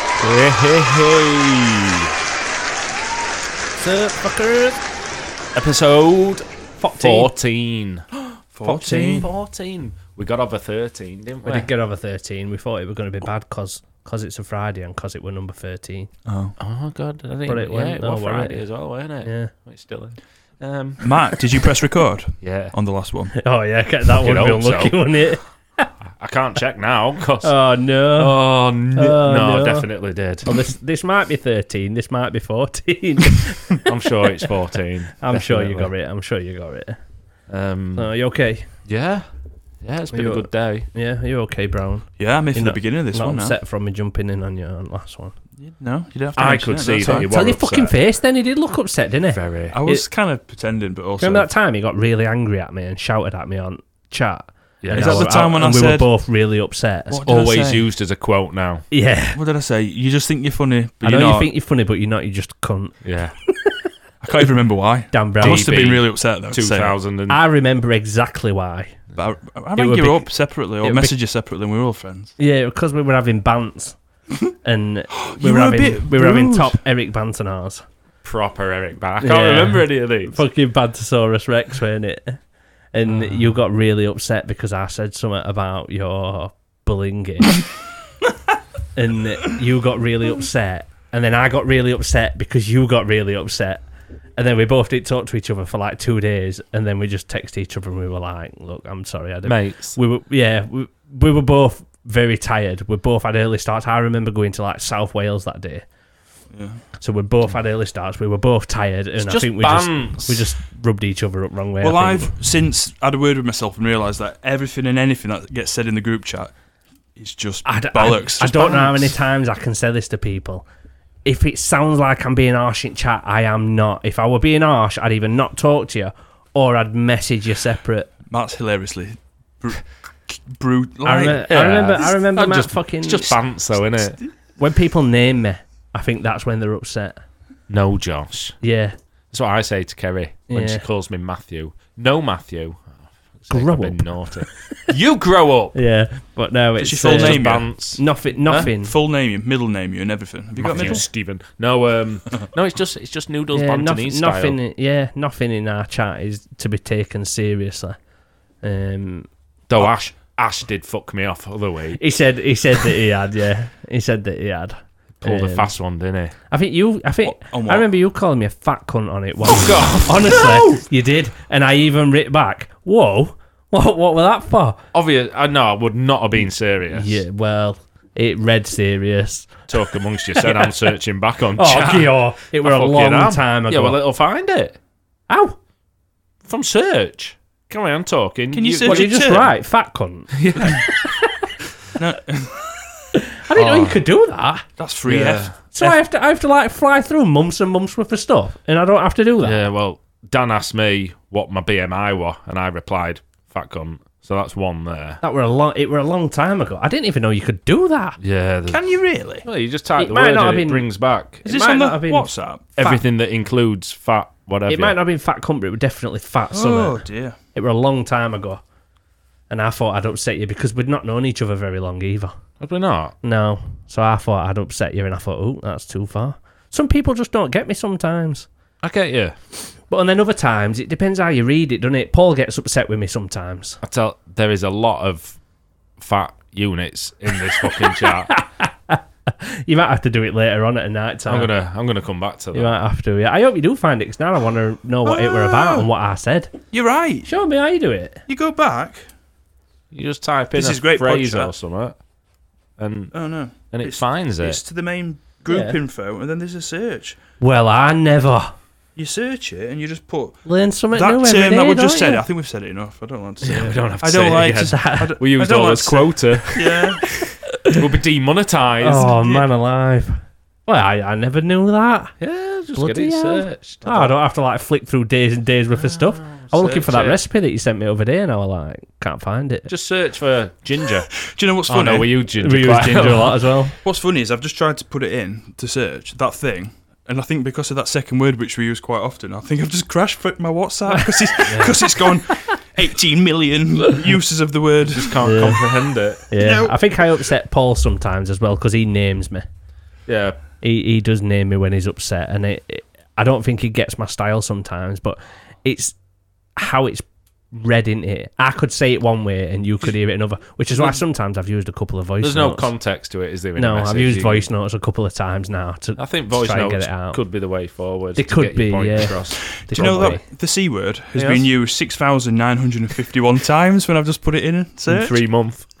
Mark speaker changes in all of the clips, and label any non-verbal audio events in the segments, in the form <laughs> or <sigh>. Speaker 1: hey, hey.
Speaker 2: What's up, fuckers? Episode 14.
Speaker 1: 14. 14. 14. We got over 13, didn't we?
Speaker 2: We did get over 13. We thought it was going to be bad because it's a Friday and because it were number 13.
Speaker 3: Oh.
Speaker 1: Oh, God. I think,
Speaker 2: But it
Speaker 1: yeah,
Speaker 2: went,
Speaker 1: it
Speaker 2: though,
Speaker 1: was
Speaker 2: weren't
Speaker 1: Friday
Speaker 2: it?
Speaker 1: as well, wasn't it?
Speaker 2: Yeah. <laughs>
Speaker 1: It's still in. Um,
Speaker 3: Matt, did you press record
Speaker 1: yeah.
Speaker 3: on the last
Speaker 2: <laughs>
Speaker 3: one?
Speaker 2: Oh, yeah, get that
Speaker 1: Fucking
Speaker 2: one. Be
Speaker 1: hope so.
Speaker 2: unlucky,
Speaker 1: <laughs>
Speaker 2: wouldn't it?
Speaker 1: I can't check now because.
Speaker 2: Oh, no.
Speaker 1: oh, n-
Speaker 2: Oh,
Speaker 1: no,
Speaker 2: no.
Speaker 1: definitely did.
Speaker 2: Well, this this might be 13. This might be 14.
Speaker 1: I'm sure it's 14.
Speaker 2: <laughs> I'm sure you got
Speaker 1: definitely.
Speaker 2: it. I'm sure you got it.
Speaker 1: Um,
Speaker 2: Oh, you okay?
Speaker 1: yeah. Yeah, it's been
Speaker 2: You-
Speaker 1: a good day.
Speaker 2: Yeah, you okay, Brown?
Speaker 3: Yeah, I'm here for
Speaker 2: You're
Speaker 3: the
Speaker 2: not-
Speaker 3: beginning of this
Speaker 2: Not
Speaker 3: one.
Speaker 2: upset from me jumping in on your last one.
Speaker 3: Now. No, you don't have to.
Speaker 1: I
Speaker 3: mention
Speaker 1: could
Speaker 3: it,
Speaker 1: see
Speaker 3: that's
Speaker 1: that
Speaker 3: all.
Speaker 1: you were
Speaker 2: Tell your
Speaker 1: upset.
Speaker 2: fucking face then. He did look upset, didn't he?
Speaker 1: Very.
Speaker 3: I was kind of pretending, but also.
Speaker 2: Remember that time he got really angry at me and shouted at me on chat?
Speaker 1: Yeah.
Speaker 2: And
Speaker 3: Is that
Speaker 2: I
Speaker 3: the
Speaker 2: were-
Speaker 3: time when
Speaker 2: and
Speaker 3: I
Speaker 2: we
Speaker 3: said-
Speaker 2: were both really upset?
Speaker 3: What did I
Speaker 1: Always
Speaker 3: say?
Speaker 1: used as a quote now.
Speaker 2: Yeah.
Speaker 3: What did I say? You just think you're funny, but
Speaker 2: I know
Speaker 3: you're not.
Speaker 2: you think you're funny, but you're not. You're just cunt.
Speaker 1: Yeah.
Speaker 3: I can't even remember why.
Speaker 2: Dan
Speaker 3: I
Speaker 2: Brown.
Speaker 3: must have
Speaker 1: DB
Speaker 3: been really upset though. to say that.
Speaker 1: 2000 and
Speaker 2: I remember exactly why.
Speaker 3: But I, I
Speaker 2: It
Speaker 3: rang
Speaker 2: would
Speaker 3: you
Speaker 2: be-
Speaker 3: up separately
Speaker 2: it
Speaker 3: or
Speaker 2: would be-
Speaker 3: messaged you separately, and we were all friends.
Speaker 2: Yeah, because we were having
Speaker 3: <laughs>
Speaker 2: bants. and we were
Speaker 3: You were a
Speaker 2: having
Speaker 3: bit
Speaker 2: we were having
Speaker 3: rude.
Speaker 2: top Eric Bantanars.
Speaker 1: proper Eric Bana. I can't
Speaker 2: Yeah.
Speaker 1: remember any of these.
Speaker 2: Fucking Bantasaurus Rex, weren't it? And
Speaker 3: Ah.
Speaker 2: you got really upset because I said something about your
Speaker 3: <laughs>
Speaker 2: bullying. and you got really upset. And then I got really upset because you got really upset. And then we both didn't talk to each other for like two days. And then we just texted each other and we were like, look, I'm sorry. I didn't.
Speaker 1: Mates.
Speaker 2: We were, yeah, we, we were both very tired. We both had early starts. I remember going to like South Wales that day.
Speaker 3: Yeah.
Speaker 2: So we both had early starts. We were both tired, and I
Speaker 1: just
Speaker 2: think we
Speaker 1: bants.
Speaker 2: just we just rubbed each other up wrong way.
Speaker 3: well,
Speaker 2: I think.
Speaker 3: I've since had a word with myself and realised that everything and anything that gets said in the group chat is just
Speaker 2: I d- I-
Speaker 3: bollocks.
Speaker 2: I,
Speaker 3: just
Speaker 2: don't know how
Speaker 3: bollocks.
Speaker 2: many times I can say this to people. If it sounds like I'm being harsh in chat, I am not. If I were being harsh, I'd either not talk to you or I'd message you separate.
Speaker 3: Matt's hilariously br- brutal.
Speaker 2: I, remember, I remember, I remember
Speaker 1: I'm
Speaker 2: Matt
Speaker 1: just-
Speaker 2: fucking.
Speaker 1: It's just bants, though, isn't it?
Speaker 2: when people name me, I think that's when they're upset.
Speaker 1: No, Josh.
Speaker 2: Yeah,
Speaker 1: That's what I say to Kerry when she
Speaker 2: Yeah.
Speaker 1: calls me Matthew. No, Matthew. Oh, fuck's sake,
Speaker 2: Grow
Speaker 1: I've Been naughty. <laughs> you grow <laughs> up.
Speaker 2: yeah. But no,
Speaker 3: Does
Speaker 2: it's
Speaker 3: your full
Speaker 2: uh,
Speaker 3: name you?
Speaker 1: Bants.
Speaker 2: Nothing. Nothing.
Speaker 3: Full name you, middle name you, and everything. Have you got a
Speaker 1: Matthew
Speaker 3: middle?
Speaker 1: Stephen. No,
Speaker 2: <laughs>
Speaker 1: um, no. It's just it's just noodles
Speaker 2: Yeah, noth-
Speaker 1: Bantonese style.
Speaker 2: nothing. Yeah, nothing in our chat is to be taken seriously. Um,
Speaker 1: Though Ash Ash did fuck me off other way.
Speaker 2: he said. He said that he had. Yeah, he said that he had.
Speaker 1: Pulled a
Speaker 2: Um,
Speaker 1: fast one, didn't he?
Speaker 2: <laughs> I think you. I think
Speaker 3: What- on what? Oh,
Speaker 2: I remember you calling me a fat cunt on
Speaker 3: <laughs>
Speaker 2: it once. Honestly, you did, and I even writ back. Whoa, what? What were that for?
Speaker 1: Obvious. I know. I would not have been serious.
Speaker 2: Yeah, well, it read
Speaker 3: <laughs>
Speaker 2: serious.
Speaker 1: Talk
Speaker 2: <laughs>
Speaker 1: amongst yourselves. I'm searching back on.
Speaker 2: Oh,
Speaker 1: chat.
Speaker 2: Gior, it were
Speaker 1: I
Speaker 2: a
Speaker 1: fucking
Speaker 2: long
Speaker 1: am.
Speaker 2: time ago.
Speaker 1: Yeah, well, it'll find it
Speaker 2: Ow!
Speaker 1: from search. Carry on talking.
Speaker 3: Can you search
Speaker 2: What
Speaker 3: Did
Speaker 2: did
Speaker 3: it
Speaker 2: you just
Speaker 3: too?
Speaker 2: write? Fat
Speaker 3: <laughs>
Speaker 2: cunt.
Speaker 3: No, Oh.
Speaker 2: I didn't know you could do that.
Speaker 3: that's free
Speaker 1: Yeah.
Speaker 3: F.
Speaker 2: So I have to, I have to like fly through months and months worth of stuff, and I don't have to do that.
Speaker 1: Yeah, well, Dan asked me what my BMI were, and I replied, fat cunt. So that's one there.
Speaker 2: That were a long, it were a long time ago. I didn't even know you could do that.
Speaker 1: Yeah. there's-
Speaker 3: Can you really?
Speaker 1: well, you just type
Speaker 2: It
Speaker 1: the
Speaker 2: might
Speaker 1: word
Speaker 2: not
Speaker 1: and
Speaker 2: have
Speaker 1: it
Speaker 2: been-
Speaker 1: brings back
Speaker 3: Is
Speaker 2: It
Speaker 3: this
Speaker 2: might
Speaker 3: on the
Speaker 2: not have been-
Speaker 3: WhatsApp?
Speaker 1: everything that includes fat, whatever.
Speaker 2: It might not have been fat cunt, but it were definitely fat
Speaker 3: Oh
Speaker 2: summer.
Speaker 3: dear.
Speaker 2: It were a long time ago, and I thought I'd upset you because we'd not known each other very long either.
Speaker 1: Have we not?
Speaker 2: No, so I thought I'd upset you, and I thought, oh, that's too far. Some people just don't get me sometimes.
Speaker 1: I get you.
Speaker 2: But and then other times, it depends how you read it, doesn't it? Paul gets upset with me sometimes.
Speaker 1: I tell there is a lot of fat units in this fucking <laughs> chat.
Speaker 2: You might have to do it later on at a night time.
Speaker 1: I'm gonna I'm gonna come back to
Speaker 2: You
Speaker 1: that.
Speaker 2: might have to. Yeah. I hope you do find it 'cause now I want to know what it were about and what I said.
Speaker 3: You're right.
Speaker 2: Show me how you do it.
Speaker 3: You go back.
Speaker 1: You just type in
Speaker 3: This
Speaker 1: a
Speaker 3: is great
Speaker 1: phrase
Speaker 3: podcast.
Speaker 1: or something, and
Speaker 3: Oh no.
Speaker 1: and it
Speaker 3: It's-
Speaker 1: finds it.
Speaker 3: It's to the main group
Speaker 2: Yeah.
Speaker 3: info, and then there's a search.
Speaker 2: Well, I never
Speaker 3: You search it, and you just put
Speaker 2: learn something
Speaker 3: that
Speaker 2: new every
Speaker 3: term
Speaker 2: day,
Speaker 3: that we
Speaker 2: don't
Speaker 3: just said.
Speaker 2: you?
Speaker 3: I think we've said it enough. I don't want to say
Speaker 1: we
Speaker 3: it.
Speaker 1: don't have to
Speaker 3: I don't
Speaker 1: say it
Speaker 3: like
Speaker 1: <laughs> again.
Speaker 3: to. I don't-
Speaker 1: We used
Speaker 3: I don't
Speaker 1: all
Speaker 3: like
Speaker 1: as
Speaker 3: to-
Speaker 1: quota. <laughs>
Speaker 3: Yeah.
Speaker 1: we'll be <laughs> demonetised.
Speaker 2: Oh man, alive. Well, I, I never knew that.
Speaker 1: Yeah, just
Speaker 2: Bloody
Speaker 1: get it
Speaker 2: hell.
Speaker 1: searched.
Speaker 2: Oh, I don't have to like flick through days and days worth of stuff. I was looking for that
Speaker 1: search it.
Speaker 2: recipe that you sent me over there, and I was like, can't find it.
Speaker 1: Just search for
Speaker 2: <laughs>
Speaker 1: ginger.
Speaker 3: Do you know what's
Speaker 1: oh
Speaker 3: funny?
Speaker 1: no, we use ginger.
Speaker 2: we use
Speaker 1: quite
Speaker 2: ginger a
Speaker 1: lot.
Speaker 2: lot as well.
Speaker 3: What's funny is I've just tried to put it in to search that thing, and I think because of that second word which we use quite often, I think I've just crashed for my WhatsApp <laughs> because it's, 'cause it's gone
Speaker 1: <laughs>
Speaker 3: 18 million uses of the word.
Speaker 1: Just can't comprehend it.
Speaker 2: Yeah,
Speaker 3: No.
Speaker 2: I think I upset Paul sometimes as well because he names me.
Speaker 1: Yeah,
Speaker 2: He he does name me when he's upset, and it, it- I don't think he gets my style sometimes, but it's how it's read in it. I could say it one way, and you could hear it another, which is why sometimes I've used a couple of voice.
Speaker 1: There's no
Speaker 2: notes.
Speaker 1: context to it, is there? in a
Speaker 2: No, I've
Speaker 1: message?
Speaker 2: used
Speaker 1: You-
Speaker 2: voice notes a couple of times now. To
Speaker 1: I think
Speaker 2: to
Speaker 1: voice
Speaker 2: try and get
Speaker 1: notes
Speaker 2: it out.
Speaker 1: could be the way forward.
Speaker 2: They
Speaker 1: to
Speaker 2: could
Speaker 1: get your
Speaker 2: be,
Speaker 1: point
Speaker 2: yeah.
Speaker 1: across.
Speaker 3: <laughs> Do you know that the C word has
Speaker 1: Yes.
Speaker 3: been used 6,951 times when I've just put it in a
Speaker 1: In
Speaker 3: search?
Speaker 1: three months.
Speaker 3: <laughs>
Speaker 2: <laughs>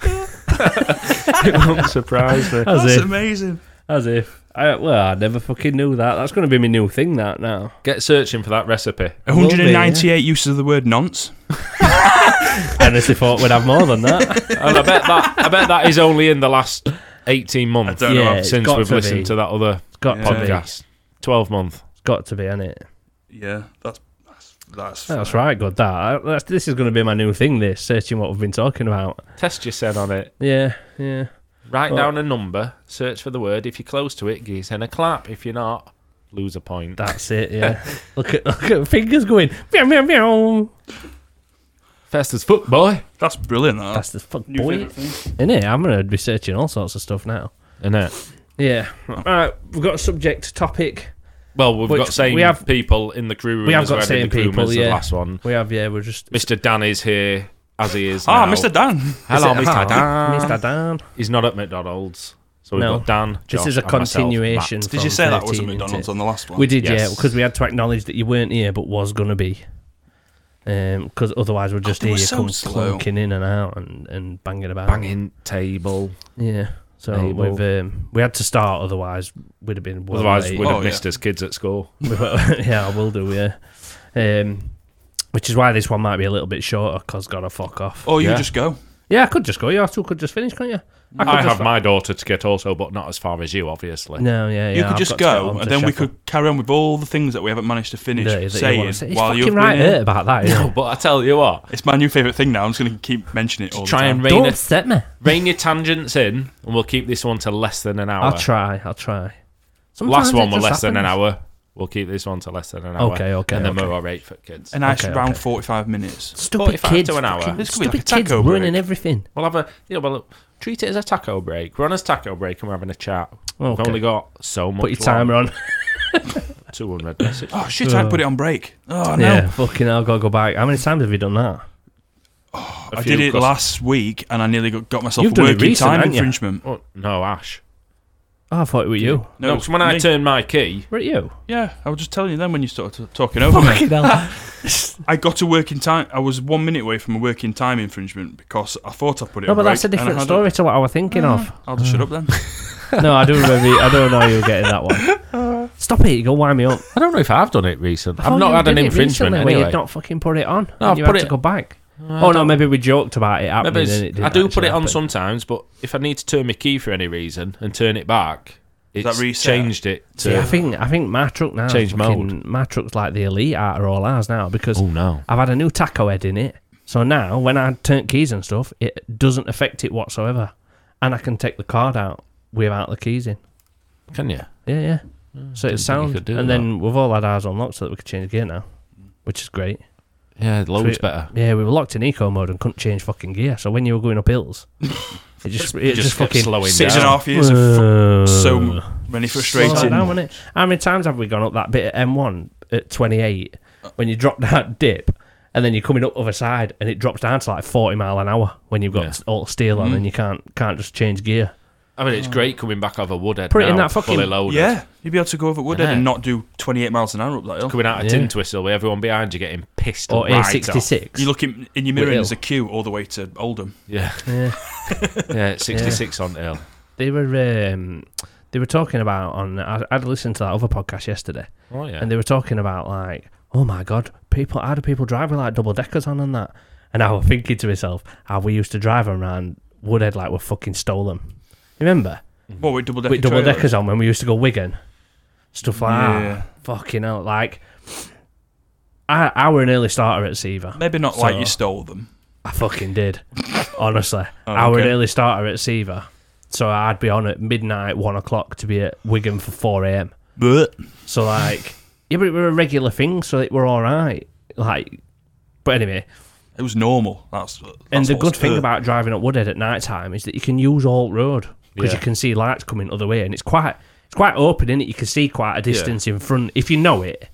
Speaker 1: it won't surprise me.
Speaker 2: As
Speaker 3: That's
Speaker 2: if,
Speaker 3: amazing.
Speaker 2: as if. I, well, I never fucking knew that. That's going to be my new thing. That <laughs> now.
Speaker 1: Get searching for that recipe.
Speaker 2: will be,
Speaker 3: 198 uses of the word nonce.
Speaker 2: I honestly thought we'd have more than
Speaker 1: <laughs>
Speaker 2: that.
Speaker 1: And I bet that I bet that is only in the last eighteen months
Speaker 3: don't
Speaker 2: yeah,
Speaker 3: know,
Speaker 2: it's
Speaker 1: since
Speaker 2: got
Speaker 1: we've
Speaker 2: to
Speaker 1: listened
Speaker 2: be.
Speaker 1: to that other
Speaker 2: It's got
Speaker 3: Yeah.
Speaker 2: to be.
Speaker 1: podcast. Twelve month.
Speaker 2: It's got to be, is it?
Speaker 3: Yeah, that's that's that's,
Speaker 2: That's right. Got that. I- That's, this is going to be my new thing. This searching what we've been talking about.
Speaker 1: Test your sen on it.
Speaker 2: Yeah, yeah.
Speaker 1: Write
Speaker 2: Well-
Speaker 1: down a number. Search for the word. If you're close to it, give sen a clap. If you're not, lose a point.
Speaker 2: That's it. Yeah.
Speaker 1: <laughs>
Speaker 2: look at look at fingers going. Meow meow meow.
Speaker 1: Fester's foot boy.
Speaker 3: That's brilliant. That.
Speaker 2: That's the fuck boy. In it, I'm going to be searching all sorts of stuff now.
Speaker 1: Innit?
Speaker 2: Yeah. Right. We've got a subject topic.
Speaker 1: Well, we've
Speaker 2: Which
Speaker 1: got same
Speaker 2: we have-
Speaker 1: people in the crew room.
Speaker 2: we have
Speaker 1: as well
Speaker 2: got
Speaker 1: as in
Speaker 2: same
Speaker 1: the crew room
Speaker 2: people,
Speaker 1: as the
Speaker 2: yeah.
Speaker 1: last one.
Speaker 2: We have. Yeah. We're just.
Speaker 1: Mr. Dan is here as he is.
Speaker 3: Ah,
Speaker 1: now.
Speaker 3: Mr. Dan.
Speaker 1: Hello,
Speaker 2: Is it-
Speaker 1: Mr. Dan.
Speaker 2: Mr. Dan.
Speaker 1: He's not at McDonald's. So we've
Speaker 2: No.
Speaker 1: got Dan.
Speaker 2: This
Speaker 1: Josh,
Speaker 2: is a
Speaker 1: and myself,
Speaker 2: continuation.
Speaker 1: Matt.
Speaker 3: Did
Speaker 2: from
Speaker 3: you say that
Speaker 2: 13,
Speaker 3: wasn't
Speaker 2: isn't
Speaker 3: McDonald's
Speaker 2: it?
Speaker 3: on the last one?
Speaker 2: We did, yeah,
Speaker 1: Yes.
Speaker 2: because we had to acknowledge that you weren't here, but was going to be. Because otherwise, we'd just
Speaker 3: they
Speaker 2: hear
Speaker 3: were
Speaker 2: you
Speaker 3: so
Speaker 2: come
Speaker 3: slow.
Speaker 2: clunking in and out and, and banging about.
Speaker 1: Banging table.
Speaker 2: Yeah. So
Speaker 1: Able.
Speaker 2: we've um, we had to start, otherwise we'd have been. Well
Speaker 1: Otherwise,
Speaker 2: late.
Speaker 1: we'd
Speaker 3: Oh,
Speaker 1: have
Speaker 3: yeah.
Speaker 1: missed his kids at school.
Speaker 2: <laughs> yeah, I will do. Yeah. Um, which is why this one might be a little bit shorter because gotta fuck off.
Speaker 3: Or Oh, you
Speaker 1: Yeah.
Speaker 3: just go.
Speaker 2: Yeah, I could just go. You two could just finish, couldn't you? could
Speaker 1: I
Speaker 2: just
Speaker 1: have
Speaker 2: fu-
Speaker 1: my daughter to get also, but not as far as you, obviously.
Speaker 2: No, yeah, yeah.
Speaker 3: you could
Speaker 2: I've
Speaker 3: just
Speaker 2: got to get
Speaker 3: go,
Speaker 2: on
Speaker 3: and
Speaker 2: to
Speaker 3: then we
Speaker 2: shuffle.
Speaker 3: could carry on with all the things that we haven't managed to finish
Speaker 2: That- that you
Speaker 3: saying
Speaker 2: wanna say. It's
Speaker 3: while
Speaker 2: fucking
Speaker 3: you've been
Speaker 2: right
Speaker 3: here.
Speaker 2: hurt about that. isn't it?
Speaker 1: But I tell you what,
Speaker 3: It's my new favourite thing now. I'm just going to keep mentioning it all
Speaker 1: try
Speaker 3: the time.
Speaker 1: and rein,
Speaker 2: Don't
Speaker 1: a,
Speaker 2: upset me.
Speaker 1: rein your tangents in, and we'll keep this one to less than an hour.
Speaker 2: I'll try. I'll try. Sometimes
Speaker 1: Last one
Speaker 2: it
Speaker 1: were
Speaker 2: just
Speaker 1: less than an
Speaker 2: happens.
Speaker 1: hour. We'll keep this one to less than an hour.
Speaker 2: Okay, okay,
Speaker 1: And then
Speaker 2: okay.
Speaker 1: we're all right for kids.
Speaker 3: a nice
Speaker 2: Okay,
Speaker 3: round
Speaker 2: okay.
Speaker 3: 45 minutes.
Speaker 2: Stupid
Speaker 1: 45
Speaker 2: kids.
Speaker 1: to an hour.
Speaker 2: fucking
Speaker 3: This could
Speaker 2: Stupid
Speaker 3: be like a
Speaker 2: kids
Speaker 3: taco break.
Speaker 2: ruining everything.
Speaker 1: We'll have a yeah. Well, look, treat it as a taco break. We're on a taco break and we're having a chat.
Speaker 2: Okay.
Speaker 1: We've only got so much.
Speaker 2: Put your timer on.
Speaker 1: Two hundred
Speaker 2: <coughs>
Speaker 1: message.
Speaker 3: Oh, shit, I put it on break. Oh, no.
Speaker 2: Yeah, fucking hell, gotta go back. How many times have you done that?
Speaker 3: I did it last week, and I nearly got, got myself
Speaker 2: You've
Speaker 3: a
Speaker 2: done it
Speaker 3: working
Speaker 2: recent,
Speaker 3: time
Speaker 2: haven't you?
Speaker 3: infringement.
Speaker 1: Oh, no, Ash.
Speaker 2: Oh, I thought it were you.
Speaker 1: No, 'cause when I
Speaker 3: me.
Speaker 1: turned my key,
Speaker 2: Were it you?
Speaker 3: Yeah, I was just telling you then when you started t-
Speaker 2: <laughs>
Speaker 3: talking over me.
Speaker 2: Fucking hell.
Speaker 3: <laughs> I got a working time. I was one minute away from a working time infringement because I thought I put it
Speaker 2: No,
Speaker 3: on
Speaker 2: but that's a
Speaker 3: break, and
Speaker 2: different
Speaker 3: Mm-hmm. I had
Speaker 2: story to what I was thinking of.
Speaker 3: it- I'll just shut up then.
Speaker 2: No, I do remember. you- I don't know you were getting that one. Stop it! You go wind me up.
Speaker 1: I don't know if I've done it recently.
Speaker 2: I thought
Speaker 1: I've not
Speaker 2: you
Speaker 1: had an
Speaker 2: Oh, did it
Speaker 1: infringement
Speaker 2: recently Where
Speaker 1: anyway.
Speaker 2: you'd not fucking put it on.
Speaker 1: No,
Speaker 2: and
Speaker 1: I've
Speaker 2: you
Speaker 1: put
Speaker 2: had to
Speaker 1: it-
Speaker 2: go back. oh no, maybe we joked about it
Speaker 1: Maybe
Speaker 2: happening.
Speaker 1: it's-
Speaker 2: and it didn't
Speaker 1: I do put
Speaker 2: actually
Speaker 1: it on
Speaker 2: happen.
Speaker 1: sometimes, but if I need to turn my key for any reason and turn it back,
Speaker 3: that
Speaker 1: it's
Speaker 3: reset?
Speaker 1: changed it to.
Speaker 2: See, I think I think my truck now.
Speaker 1: Change
Speaker 2: fucking-
Speaker 1: mode.
Speaker 2: My truck's like the elite out of all ours now because
Speaker 1: oh no!
Speaker 2: I've had a new taco head in it. So now when I turn keys and stuff, it doesn't affect it whatsoever, and I can take the card out without the keys in.
Speaker 1: Can you?
Speaker 2: Yeah, yeah. So
Speaker 1: Mm, didn't think you
Speaker 2: it's sound,
Speaker 1: could do
Speaker 2: and then we've all had ours unlocked so that we could change gear now, which is great.
Speaker 1: Yeah, loads
Speaker 2: Sweet.
Speaker 1: better.
Speaker 2: Yeah, we were locked in eco mode and couldn't change fucking gear. So when you were going up hills, it just it
Speaker 1: Just,
Speaker 2: just, fucking
Speaker 1: slowing
Speaker 3: Six
Speaker 1: down.
Speaker 3: and a half years of f-
Speaker 1: Uh,
Speaker 2: Whoa.
Speaker 3: so many
Speaker 2: Slow
Speaker 3: frustrating.
Speaker 2: down, wasn't it? How many times have we gone up that bit at M1 at 28 when you drop <laughs> that dip and then you're coming up other side and it drops down to like 40 mile an hour when you've got
Speaker 1: Yeah.
Speaker 2: all steel on and you can't can't just change gear.
Speaker 1: I mean, it's great coming back over Woodhead.
Speaker 2: Put it in
Speaker 1: now,
Speaker 2: Oh. that fucking-
Speaker 1: fully loaded.
Speaker 3: Yeah, you'd be able to go over Woodhead
Speaker 1: Yeah.
Speaker 3: and not do 28 miles an hour up that hill.
Speaker 1: coming out of
Speaker 2: Yeah.
Speaker 1: Tin Twistle with everyone behind you getting pissed
Speaker 2: Or
Speaker 1: right off.
Speaker 2: A66.
Speaker 3: You look in, in your mirror and
Speaker 2: Hill.
Speaker 3: there's a queue all the way to Oldham.
Speaker 1: Yeah,
Speaker 2: <laughs> yeah.
Speaker 1: <laughs> yeah, it's 66 on L.
Speaker 2: They were um, they were talking about on I, I'd listened to that other podcast yesterday
Speaker 1: Oh yeah,
Speaker 2: and they were talking about like oh my god people how do people drive with like double deckers on and that and I was thinking to myself how we used to drive around Woodhead like we're fucking stolen. Remember?
Speaker 1: Mm-hmm.
Speaker 3: What, with double decker
Speaker 2: with double deckers on when we used to go Wigan, stuff like
Speaker 3: Yeah.
Speaker 2: that. Fucking hell, like I, I were an early starter at Seaver.
Speaker 3: Maybe not like you
Speaker 2: So-
Speaker 3: stole them.
Speaker 2: I fucking
Speaker 3: <laughs>
Speaker 2: did, honestly. I were an
Speaker 3: Oh, okay.
Speaker 2: early starter at Seaver, so I'd be on at midnight, one o'clock to be at Wigan for four a.m.
Speaker 3: But
Speaker 2: So like, yeah, but it were a regular thing, so it were all right. Like, but anyway,
Speaker 3: it was normal. That's, that's
Speaker 2: and the
Speaker 3: what's
Speaker 2: good thing
Speaker 3: hurt.
Speaker 2: about driving up Woodhead at night time is that you can use alt road because
Speaker 1: Yeah.
Speaker 2: you can see lights coming the other way, and it's quite It's quite open, is it? You can see quite a distance in front if you know it.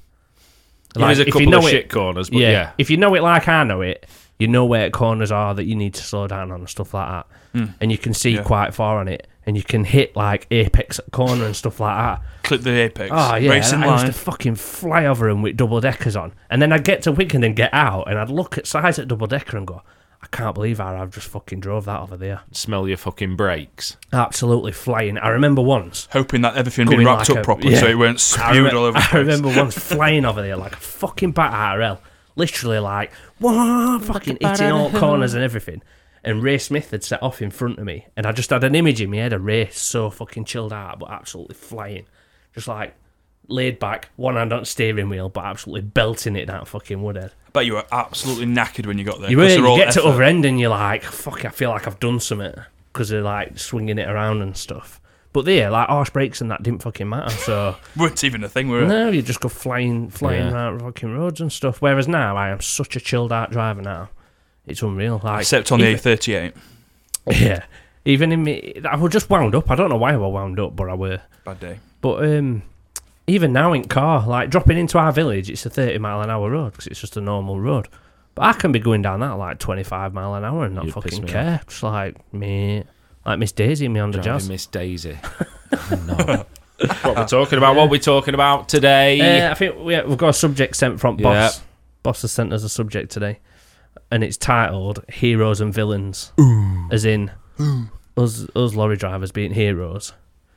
Speaker 1: There's a
Speaker 2: if you
Speaker 1: couple of
Speaker 2: know it-
Speaker 1: shit corners, but yeah.
Speaker 2: If you know it like I know it, you know where corners are that you need to slow down on and stuff like that.
Speaker 1: Hmm.
Speaker 2: And you can see
Speaker 3: Yeah.
Speaker 2: quite far on it. And you can hit like apex at corner and stuff like that.
Speaker 3: Clip the apex.
Speaker 2: Oh yeah,
Speaker 3: Racing
Speaker 2: and I
Speaker 3: line.
Speaker 2: used to fucking fly over them with double deckers on, and then I'd get to Wigan and get out, and I'd look at size at double decker and go, I can't believe how I've just fucking drove that over there.
Speaker 1: Smell your fucking brakes.
Speaker 2: Absolutely flying. I remember once.
Speaker 3: Hoping that everything had been
Speaker 2: Going
Speaker 3: wrapped
Speaker 2: like
Speaker 3: up
Speaker 2: a-
Speaker 3: properly
Speaker 2: yeah.
Speaker 3: so it weren't
Speaker 2: I,
Speaker 3: spewed
Speaker 2: remem-
Speaker 3: all over the
Speaker 2: I
Speaker 3: place.
Speaker 2: remember
Speaker 3: <laughs>
Speaker 2: once flying over there like a fucking bat RL, literally like whoa, fucking hitting all corners and everything. And Ray Smith had set off in front of me, and I just had an image in my head of Ray so fucking chilled out, but absolutely flying, just like laid back, one hand on steering wheel, but absolutely belting it down fucking woodhead.
Speaker 3: But you were absolutely knackered when you got there.
Speaker 2: You,
Speaker 3: 'cause
Speaker 2: really
Speaker 3: they're
Speaker 2: you
Speaker 3: all
Speaker 2: get to
Speaker 3: effort.
Speaker 2: other end and you're like, fuck, I feel like I've done something because they're like swinging it around and stuff. But there, like arse brakes and that didn't fucking matter. So
Speaker 3: weren't even a thing, were it?
Speaker 2: no, you just go flying, flying
Speaker 1: Yeah.
Speaker 2: around fucking roads and stuff. Whereas now, I am such a chilled out driver now. It's unreal. Like
Speaker 3: Except on the
Speaker 2: even,
Speaker 3: A38.
Speaker 2: yeah, even in me, I was just wound up. I don't know why I was wound up, but I were.
Speaker 3: Bad day.
Speaker 2: But um, even now in car, like dropping into our village, it's a 30 mile an hour road because it's just a normal road. But I can be going down that like 25 mile an hour and not
Speaker 1: You'd piss
Speaker 2: fucking
Speaker 1: me
Speaker 2: care. Just like me, like Miss Daisy and me on the
Speaker 1: Driving
Speaker 2: jazz.
Speaker 1: Miss
Speaker 2: <laughs>
Speaker 1: Daisy. Oh, no. what we're talking about? What we're talking about today?
Speaker 2: Uh, I think we, we've got a subject sent from Boss.
Speaker 1: Yeah.
Speaker 2: Boss has sent us a subject today, and it's titled "Heroes and Villains," as in us us lorry drivers being heroes.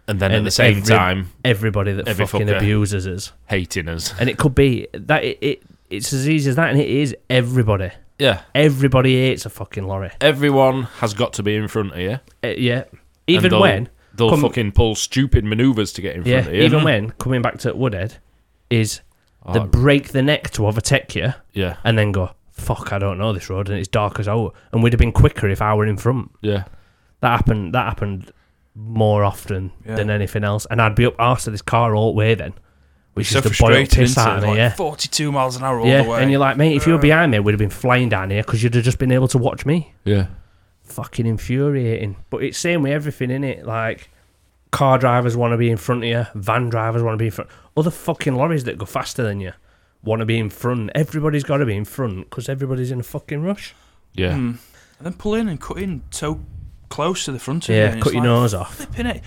Speaker 1: and then at
Speaker 2: and
Speaker 1: the same
Speaker 2: every-
Speaker 1: time,
Speaker 2: Everybody that
Speaker 1: Every
Speaker 2: fucking
Speaker 1: fucker.
Speaker 2: abuses us,
Speaker 1: hating us.
Speaker 2: and it could be that it, it it's as easy as that, and it is everybody.
Speaker 1: Yeah.
Speaker 2: Everybody hates a fucking lorry.
Speaker 1: Everyone has got to be in front of you.
Speaker 2: Uh, yeah.
Speaker 1: and
Speaker 2: Even
Speaker 1: they'll-
Speaker 2: when,
Speaker 1: they'll
Speaker 2: come-
Speaker 1: fucking pull stupid manoeuvres to get in front
Speaker 2: yeah,
Speaker 1: of you.
Speaker 2: even when coming back to Woodhead is they
Speaker 1: Oh,
Speaker 2: break the neck to overtake you
Speaker 1: yeah,
Speaker 2: and then go, fuck, I don't know this road and it's dark as hell. And we'd have been quicker if I were in front.
Speaker 1: yeah.
Speaker 2: That happened. That happened more often
Speaker 3: Yeah.
Speaker 2: than anything else. And I'd be up arse to this car all the way then, which
Speaker 3: so
Speaker 2: is the boiled
Speaker 3: frustrated,
Speaker 2: piss
Speaker 3: isn't it?
Speaker 2: out of me.
Speaker 3: Like
Speaker 2: yeah.
Speaker 3: 42 miles an hour all
Speaker 2: yeah,
Speaker 3: the way.
Speaker 2: and you're like, mate, if you were behind me, we'd have been flying down here because you'd have just been able to watch me.
Speaker 1: Yeah.
Speaker 2: fucking infuriating. But it's same with everything in it. Like car drivers want to be in front of you, van drivers want to be in front. Other fucking lorries that go faster than you want to be in front. Everybody's got to be in front because everybody's in a fucking rush.
Speaker 1: Yeah.
Speaker 3: Hmm. And then pull in and cut in so close to the front of you.
Speaker 2: Yeah,
Speaker 3: and
Speaker 2: cut
Speaker 3: it's
Speaker 2: your
Speaker 3: like,
Speaker 2: nose off.
Speaker 3: <laughs> Flipping it.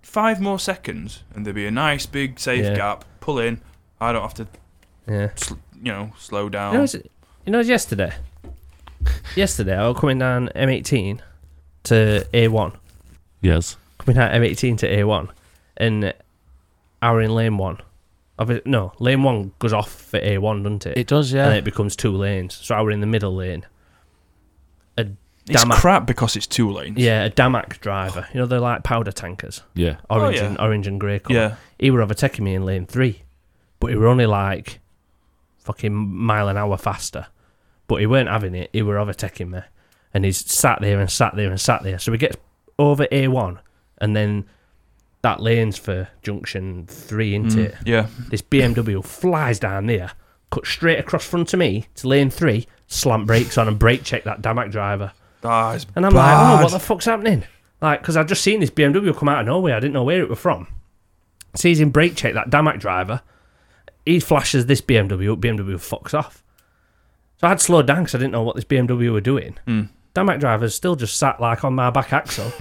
Speaker 3: Five more seconds, and there'd be a nice big safe
Speaker 2: Yeah.
Speaker 3: gap. Pull in. I don't have to,
Speaker 2: Yeah.
Speaker 3: sl- you know, slow
Speaker 2: You
Speaker 3: down.
Speaker 2: know, it's, you know, it's yesterday. yesterday, I was coming down M18 to A1.
Speaker 1: Yes.
Speaker 2: coming out M18 to A1, and I were in lane one. Obvi- No, lane one goes off for A1, doesn't it?
Speaker 1: It does, yeah.
Speaker 2: And it becomes two lanes. So I were in the middle lane. A
Speaker 3: It's
Speaker 2: Damac,
Speaker 3: crap because it's two lanes.
Speaker 2: yeah, a Damac driver. You know they're like powder tankers,
Speaker 1: Yeah.
Speaker 2: orange
Speaker 3: yeah.
Speaker 2: and orange and grey colour.
Speaker 3: Yeah.
Speaker 2: He were overtaking me in lane three, but he were only like fucking mile an hour faster. But he weren't having it. He were overtaking me, and he's sat there and sat there and sat there. So he gets over A one, and then that lane's for junction three, isn't it?
Speaker 3: Yeah.
Speaker 2: This BMW flies down there, cuts straight across front of me to lane three, slant brakes on and brake check that Damac driver.
Speaker 3: Ah, it's
Speaker 2: And I'm
Speaker 3: bad.
Speaker 2: like, oh, what the fuck's happening? Like, because I'd just seen this BMW come out of nowhere. I didn't know where it was from. Sees him brake check that Damac driver. He flashes this BMW. up, BMW fucks off. So I'd slowed down because I didn't know what this BMW were doing. Damac driver's still just sat like on my back axle.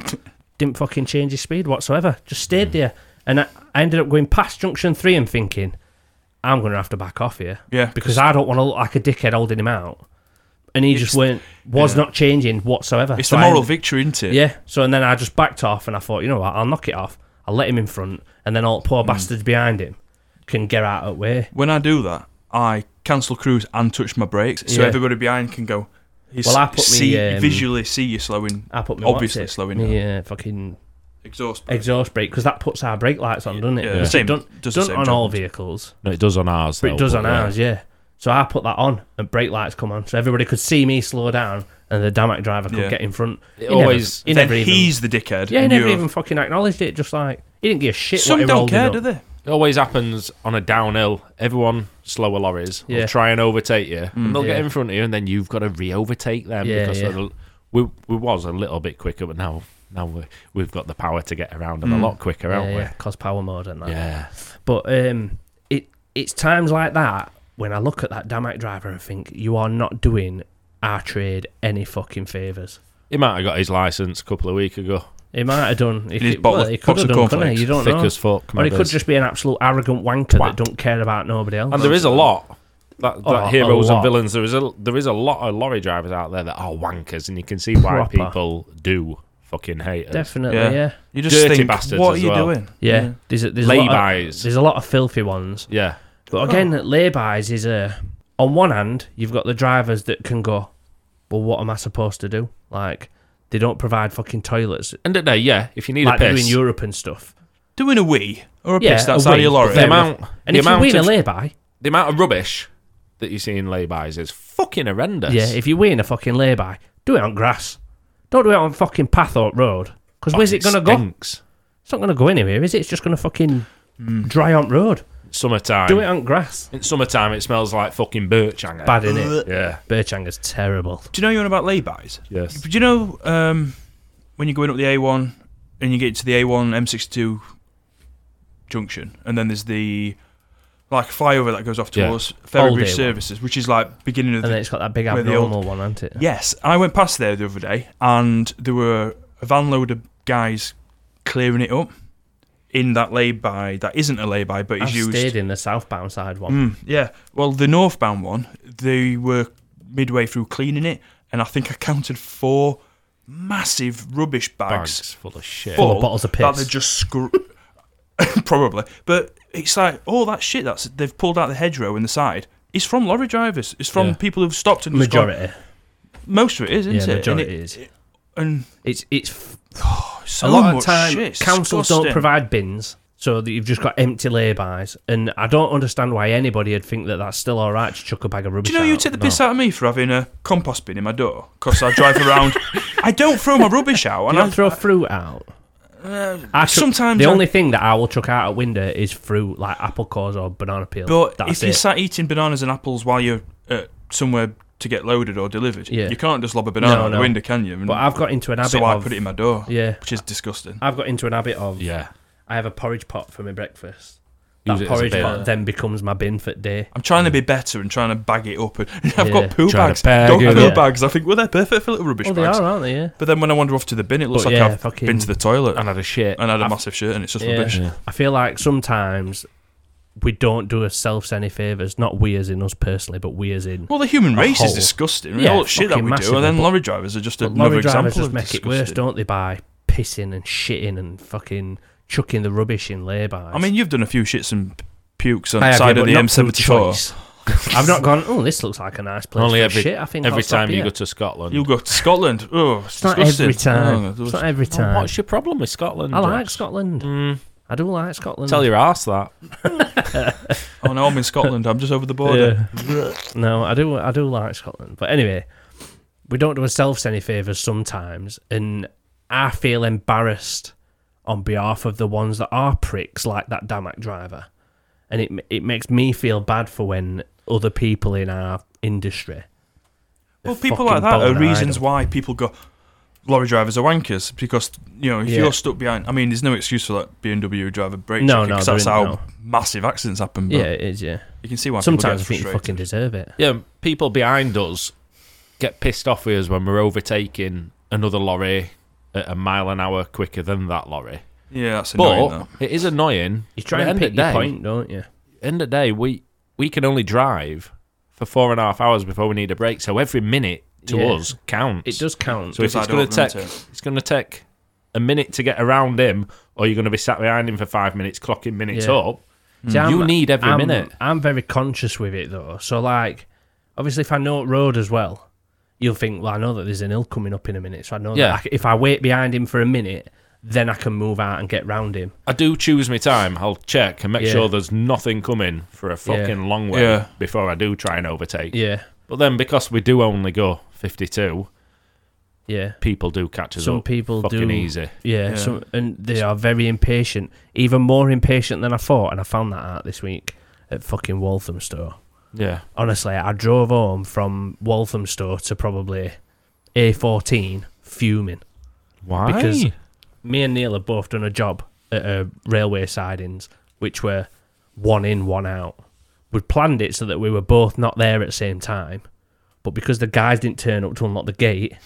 Speaker 2: didn't fucking change his speed whatsoever. Just stayed there. And I, I ended up going past junction three and thinking, I'm going to have to back off here.
Speaker 3: Yeah,
Speaker 2: Because I don't want to look like a dickhead holding him out. And he just
Speaker 3: It's-
Speaker 2: went, was
Speaker 3: yeah.
Speaker 2: not changing whatsoever.
Speaker 3: It's
Speaker 2: So
Speaker 3: the
Speaker 2: I
Speaker 3: moral
Speaker 2: ended-
Speaker 3: victory, isn't it?
Speaker 2: yeah. So and then I just backed off and I thought, you know what, I'll knock it off. I'll let him in front, and then all the
Speaker 3: Mm.
Speaker 2: poor bastards behind him can get out of the way.
Speaker 3: When I do that, I cancel cruise and touch my brakes, so
Speaker 2: Yeah.
Speaker 3: everybody behind can go. You
Speaker 2: Well, I
Speaker 3: s-
Speaker 2: put me,
Speaker 3: see,
Speaker 2: um,
Speaker 3: visually see you slowing.
Speaker 2: I put my
Speaker 3: obviously
Speaker 2: what's it?
Speaker 3: slowing down.
Speaker 2: Yeah, fucking
Speaker 3: Exhaust. brake.
Speaker 2: exhaust brake because that puts our brake lights on, doesn't it?
Speaker 3: Yeah,
Speaker 2: Which it
Speaker 3: same-
Speaker 2: don't,
Speaker 3: does the
Speaker 2: don't
Speaker 3: same
Speaker 2: on
Speaker 3: job.
Speaker 2: all vehicles,
Speaker 1: No, it does on ours.
Speaker 2: but
Speaker 1: though,
Speaker 2: it does on
Speaker 1: yeah.
Speaker 2: ours. Yeah. So I put that on, and brake lights come on, so everybody could see me slow down, and the Damac driver could
Speaker 3: Yeah.
Speaker 2: get in front. He
Speaker 1: always-
Speaker 2: never, he
Speaker 3: then
Speaker 2: never even,
Speaker 3: he's the dickhead.
Speaker 2: yeah, he
Speaker 3: and
Speaker 2: never
Speaker 3: you're-
Speaker 2: even fucking acknowledged it. Just like he didn't give a shit. what
Speaker 3: Some
Speaker 2: he
Speaker 3: don't
Speaker 2: rolled him
Speaker 3: care,
Speaker 2: up.
Speaker 3: do they?
Speaker 1: It always happens on a downhill. Everyone slower lorries
Speaker 2: Yeah.
Speaker 1: will try and overtake you, and they'll get
Speaker 2: Yeah.
Speaker 1: in front of you, and then you've got to re-overtake them
Speaker 2: Yeah,
Speaker 1: because
Speaker 2: yeah.
Speaker 1: they'll- we we was a little bit quicker, but now Now we we've got the power to get around them a
Speaker 3: Mm.
Speaker 1: lot quicker, haven't
Speaker 2: yeah, cause power mode and that.
Speaker 1: we? Yeah.
Speaker 2: But um, it it's times like that when I look at that Damac driver and think, you are not doing our trade any fucking favours.
Speaker 1: He might have got his license a couple of weeks ago.
Speaker 2: He might have done. He,
Speaker 3: In his
Speaker 2: could-
Speaker 3: bottle-
Speaker 2: well, he could
Speaker 3: box
Speaker 2: have done,
Speaker 3: of
Speaker 2: couldn't
Speaker 3: cornflakes.
Speaker 2: he? You don't
Speaker 1: Thick
Speaker 2: know.
Speaker 1: as fuck.
Speaker 2: Or he could
Speaker 1: Mathers.
Speaker 2: just be an absolute arrogant wanker
Speaker 1: Twat.
Speaker 2: that don't care about nobody else.
Speaker 1: And there is a lot. That, that
Speaker 2: Oh, a
Speaker 1: heroes and
Speaker 2: lot.
Speaker 1: villains. There is a there is a lot of lorry drivers out there that are wankers, and you can see why
Speaker 2: Proper.
Speaker 1: people do fucking hate us.
Speaker 2: Definitely,
Speaker 3: Yeah.
Speaker 2: yeah.
Speaker 3: You just
Speaker 1: Dirty
Speaker 3: think,
Speaker 1: bastards
Speaker 3: what are
Speaker 1: as
Speaker 3: you
Speaker 1: well.
Speaker 3: doing?
Speaker 2: Yeah. There's, a, there's, a lot of,
Speaker 1: Laybys.
Speaker 2: there's a lot of filthy ones.
Speaker 1: Yeah,
Speaker 2: But again,
Speaker 3: Oh.
Speaker 2: laybys is a. On one hand, you've got the drivers that can go, well, what am I supposed to do? Like, they don't provide fucking toilets
Speaker 1: and the day, yeah, if you need
Speaker 2: like
Speaker 1: a
Speaker 2: they do in
Speaker 1: piss,
Speaker 2: Europe and stuff.
Speaker 3: Doing a wee or a
Speaker 2: Yeah,
Speaker 3: piss
Speaker 2: a wee,
Speaker 3: outside of your
Speaker 2: but
Speaker 3: lorry.
Speaker 1: the
Speaker 2: fair
Speaker 1: amount
Speaker 2: And
Speaker 1: the
Speaker 2: if you
Speaker 1: amount
Speaker 2: win a
Speaker 1: of
Speaker 2: lay-by,
Speaker 1: the amount of rubbish that you see in laybys is fucking horrendous.
Speaker 2: yeah, if you win a fucking lay-by, do it on grass. Don't do it on fucking Pathorpe Road. Because where's it going to go?
Speaker 1: Stinks.
Speaker 2: It's not going to go anywhere, is it? It's just going to fucking
Speaker 3: Mm.
Speaker 2: dry on road.
Speaker 1: Summertime.
Speaker 2: Do it on grass.
Speaker 1: In summertime, it smells like fucking birch hanger.
Speaker 2: Bad, in it?
Speaker 1: Yeah.
Speaker 2: Birchanger's terrible.
Speaker 3: Do you know you're on about laybys?
Speaker 1: Yes.
Speaker 3: Do you know um, when you're going up the A1 and you get to the A1 M62 junction, and then there's the like flyover that goes off
Speaker 1: Yeah.
Speaker 3: towards
Speaker 2: Old
Speaker 3: Ferrybridge
Speaker 2: A1.
Speaker 3: Services, which is like beginning of
Speaker 2: And then
Speaker 3: the.
Speaker 2: it's got that big
Speaker 3: Where the
Speaker 2: abnormal one, hasn't it?
Speaker 3: Yes, I went past there the other day, and there were a van load of guys clearing it up in that lay-by that isn't a lay-by, but is
Speaker 2: I've
Speaker 3: used.
Speaker 2: stayed in the southbound side one.
Speaker 3: Mm, yeah. Well, the northbound one, they were midway through cleaning it, and I think I counted four massive rubbish bags,
Speaker 1: Bags full of shit.
Speaker 2: Full of bottles of
Speaker 3: that
Speaker 2: piss.
Speaker 3: they just screw. <laughs> probably, but it's like all that shit that's they've pulled out the hedgerow in the side. It's from lorry drivers. It's from
Speaker 1: Yeah.
Speaker 3: people who've stopped and just gone-
Speaker 2: Majority.
Speaker 3: most of it is,
Speaker 2: Yeah,
Speaker 3: isn't it?
Speaker 2: majority
Speaker 3: and it-
Speaker 2: is.
Speaker 3: and
Speaker 2: It's, it's f-
Speaker 3: it's
Speaker 2: a lot of
Speaker 3: much
Speaker 2: time
Speaker 3: shit. It's
Speaker 2: councils don't
Speaker 3: disgusting.
Speaker 2: provide bins so that you've just got empty laybys and i don't understand why anybody would think that that's still all right to chuck a bag of rubbish
Speaker 3: Do you know you take the piss out of me for having a compost bin in my door? Because I drive around.
Speaker 2: <laughs>
Speaker 3: I don't throw my rubbish out. And
Speaker 2: and
Speaker 3: I,
Speaker 2: i throw fruit out I chuck-
Speaker 3: Uh, sometimes
Speaker 2: the
Speaker 3: I-
Speaker 2: only thing that i will chuck out a window is fruit like apple cores or banana peel
Speaker 3: But
Speaker 2: that's
Speaker 3: if you're
Speaker 2: it.
Speaker 3: sat eating bananas and apples while you're uh, somewhere to get loaded or delivered,
Speaker 2: Yeah.
Speaker 3: you can't just lob a banana
Speaker 2: No,
Speaker 3: out
Speaker 2: no.
Speaker 3: the window, can you? And
Speaker 2: but i've got into an habit
Speaker 3: so I
Speaker 2: of
Speaker 3: put it in my door,
Speaker 2: yeah
Speaker 3: which is disgusting.
Speaker 2: i've got into an habit of
Speaker 1: Yeah.
Speaker 2: i have a porridge pot for my breakfast
Speaker 1: Use it as
Speaker 2: that
Speaker 1: a
Speaker 2: porridge
Speaker 1: bin.
Speaker 2: pot then becomes my bin for the day
Speaker 3: I'm trying to be better and trying to bag it up. And <laughs> I've
Speaker 2: Yeah.
Speaker 3: got poo
Speaker 1: Trying to
Speaker 3: bags,
Speaker 1: bag
Speaker 3: dog
Speaker 1: it
Speaker 3: poo
Speaker 2: up.
Speaker 3: bags. I think, well, they're perfect for little rubbish
Speaker 2: oh they
Speaker 3: bags.
Speaker 2: are aren't they yeah
Speaker 3: But then when I wander off to the bin, it looks
Speaker 2: But
Speaker 3: like
Speaker 2: yeah,
Speaker 3: I've
Speaker 2: fucking-
Speaker 3: been to the toilet
Speaker 1: And had a shit.
Speaker 3: and had a massive shirt and it's just
Speaker 2: Yeah.
Speaker 3: rubbish.
Speaker 1: Yeah.
Speaker 2: I feel like sometimes we don't do ourselves any favours. Not we as in us personally, but we as in.
Speaker 3: Well, the human
Speaker 2: A
Speaker 3: race
Speaker 2: whole.
Speaker 3: is disgusting.
Speaker 2: Yeah,
Speaker 3: All the shit that
Speaker 2: fucking
Speaker 3: we
Speaker 2: massive,
Speaker 3: do, and then
Speaker 2: but-
Speaker 3: lorry drivers are just
Speaker 2: But
Speaker 3: another
Speaker 2: lorry
Speaker 3: example
Speaker 2: drivers just
Speaker 3: of
Speaker 2: make it worse,
Speaker 3: disgusting.
Speaker 2: don't they? By pissing and shitting and fucking chucking the rubbish in laybys.
Speaker 3: I mean, you've done a few shits and pukes on
Speaker 2: I
Speaker 3: the
Speaker 2: have,
Speaker 3: side
Speaker 2: yeah,
Speaker 3: of the
Speaker 2: but not through
Speaker 3: M74.
Speaker 2: choice. <laughs> I've not gone. Oh, this looks like a nice place.
Speaker 1: Only
Speaker 2: for
Speaker 1: every-
Speaker 2: shit. I think
Speaker 1: Every
Speaker 2: I'll stop
Speaker 1: time you
Speaker 2: here."
Speaker 1: go to Scotland.
Speaker 3: You go to Scotland. Oh, it's
Speaker 2: It's not
Speaker 3: disgusting.
Speaker 2: every time.
Speaker 3: Oh,
Speaker 2: it's not every
Speaker 1: Oh,
Speaker 2: time.
Speaker 1: what's your problem with Scotland?
Speaker 2: I like
Speaker 1: Josh?
Speaker 2: Scotland.
Speaker 1: Mm,
Speaker 2: I do like Scotland.
Speaker 1: tell your ass that.
Speaker 3: oh no, I'm in Scotland. I'm just over the border.
Speaker 2: Yeah. no, I do. I do like Scotland, but anyway, we don't do ourselves any favors sometimes, and I feel embarrassed on behalf of the ones that are pricks, like that Damac driver, and it it makes me feel bad for when other people in our industry.
Speaker 3: Well, people like that are reasons why people go. Lorry drivers are wankers because you know if
Speaker 2: Yeah.
Speaker 3: you're stuck behind. I mean, there's no excuse for that BMW driver brake
Speaker 2: No,
Speaker 3: checking
Speaker 2: no,
Speaker 3: 'cause
Speaker 2: there
Speaker 3: that's
Speaker 2: isn't,
Speaker 3: how
Speaker 2: no.
Speaker 3: massive accidents happen. But
Speaker 2: Yeah, it is. Yeah,
Speaker 3: you can see why
Speaker 2: sometimes I
Speaker 3: people
Speaker 2: think
Speaker 3: get
Speaker 2: you
Speaker 3: frustrated.
Speaker 2: fucking deserve it.
Speaker 1: Yeah, people behind us get pissed off with us when we're overtaking another lorry at a mile an hour quicker than that lorry.
Speaker 3: yeah, that's annoying.
Speaker 1: But
Speaker 3: Though.
Speaker 1: it is annoying.
Speaker 2: You
Speaker 1: But
Speaker 2: try
Speaker 1: end
Speaker 2: and
Speaker 1: of
Speaker 2: pick
Speaker 1: day-
Speaker 2: your point, don't you?
Speaker 1: End of day, we we can only drive for four and a half hours before we need a break. So every minute to
Speaker 2: Yeah.
Speaker 1: us counts.
Speaker 2: It does count.
Speaker 1: So if
Speaker 3: Does
Speaker 1: it's
Speaker 3: add
Speaker 1: going
Speaker 3: up,
Speaker 1: to
Speaker 3: doesn't
Speaker 1: take, it's going to take a minute to get around him, or you're going to be sat behind him for five minutes, clocking minutes
Speaker 2: Yeah.
Speaker 1: up.
Speaker 2: See,
Speaker 1: Mm. You need every
Speaker 2: I'm-
Speaker 1: minute.
Speaker 2: I'm very conscious with it though. So like, obviously, if I know it road as well, you'll think, well, I know that there's an hill coming up in a minute, so I know
Speaker 1: Yeah.
Speaker 2: that I c if I wait behind him for a minute, then I can move out and get round him.
Speaker 1: I do choose my time. I'll check and make
Speaker 2: Yeah.
Speaker 1: sure there's nothing coming for a
Speaker 2: Yeah.
Speaker 1: fucking long way
Speaker 3: Yeah.
Speaker 1: before I do try and overtake.
Speaker 2: Yeah,
Speaker 1: But then because we do only go 52,
Speaker 2: yeah.
Speaker 1: people do catch us
Speaker 2: Some
Speaker 1: up
Speaker 2: people
Speaker 1: fucking
Speaker 2: do.
Speaker 1: easy.
Speaker 2: Yeah,
Speaker 3: Yeah.
Speaker 2: Some, and they are very impatient, even more impatient than I thought, and I found that out this week at fucking Walthamstow.
Speaker 1: Yeah.
Speaker 2: honestly, I drove home from Walthamstow to probably A14 fuming
Speaker 1: Why?
Speaker 2: Because- me and Neil have both done a job at uh, railway sidings, which were one in, one out. We planned it so that we were both not there at the same time, but because the guys didn't turn up to unlock the gate,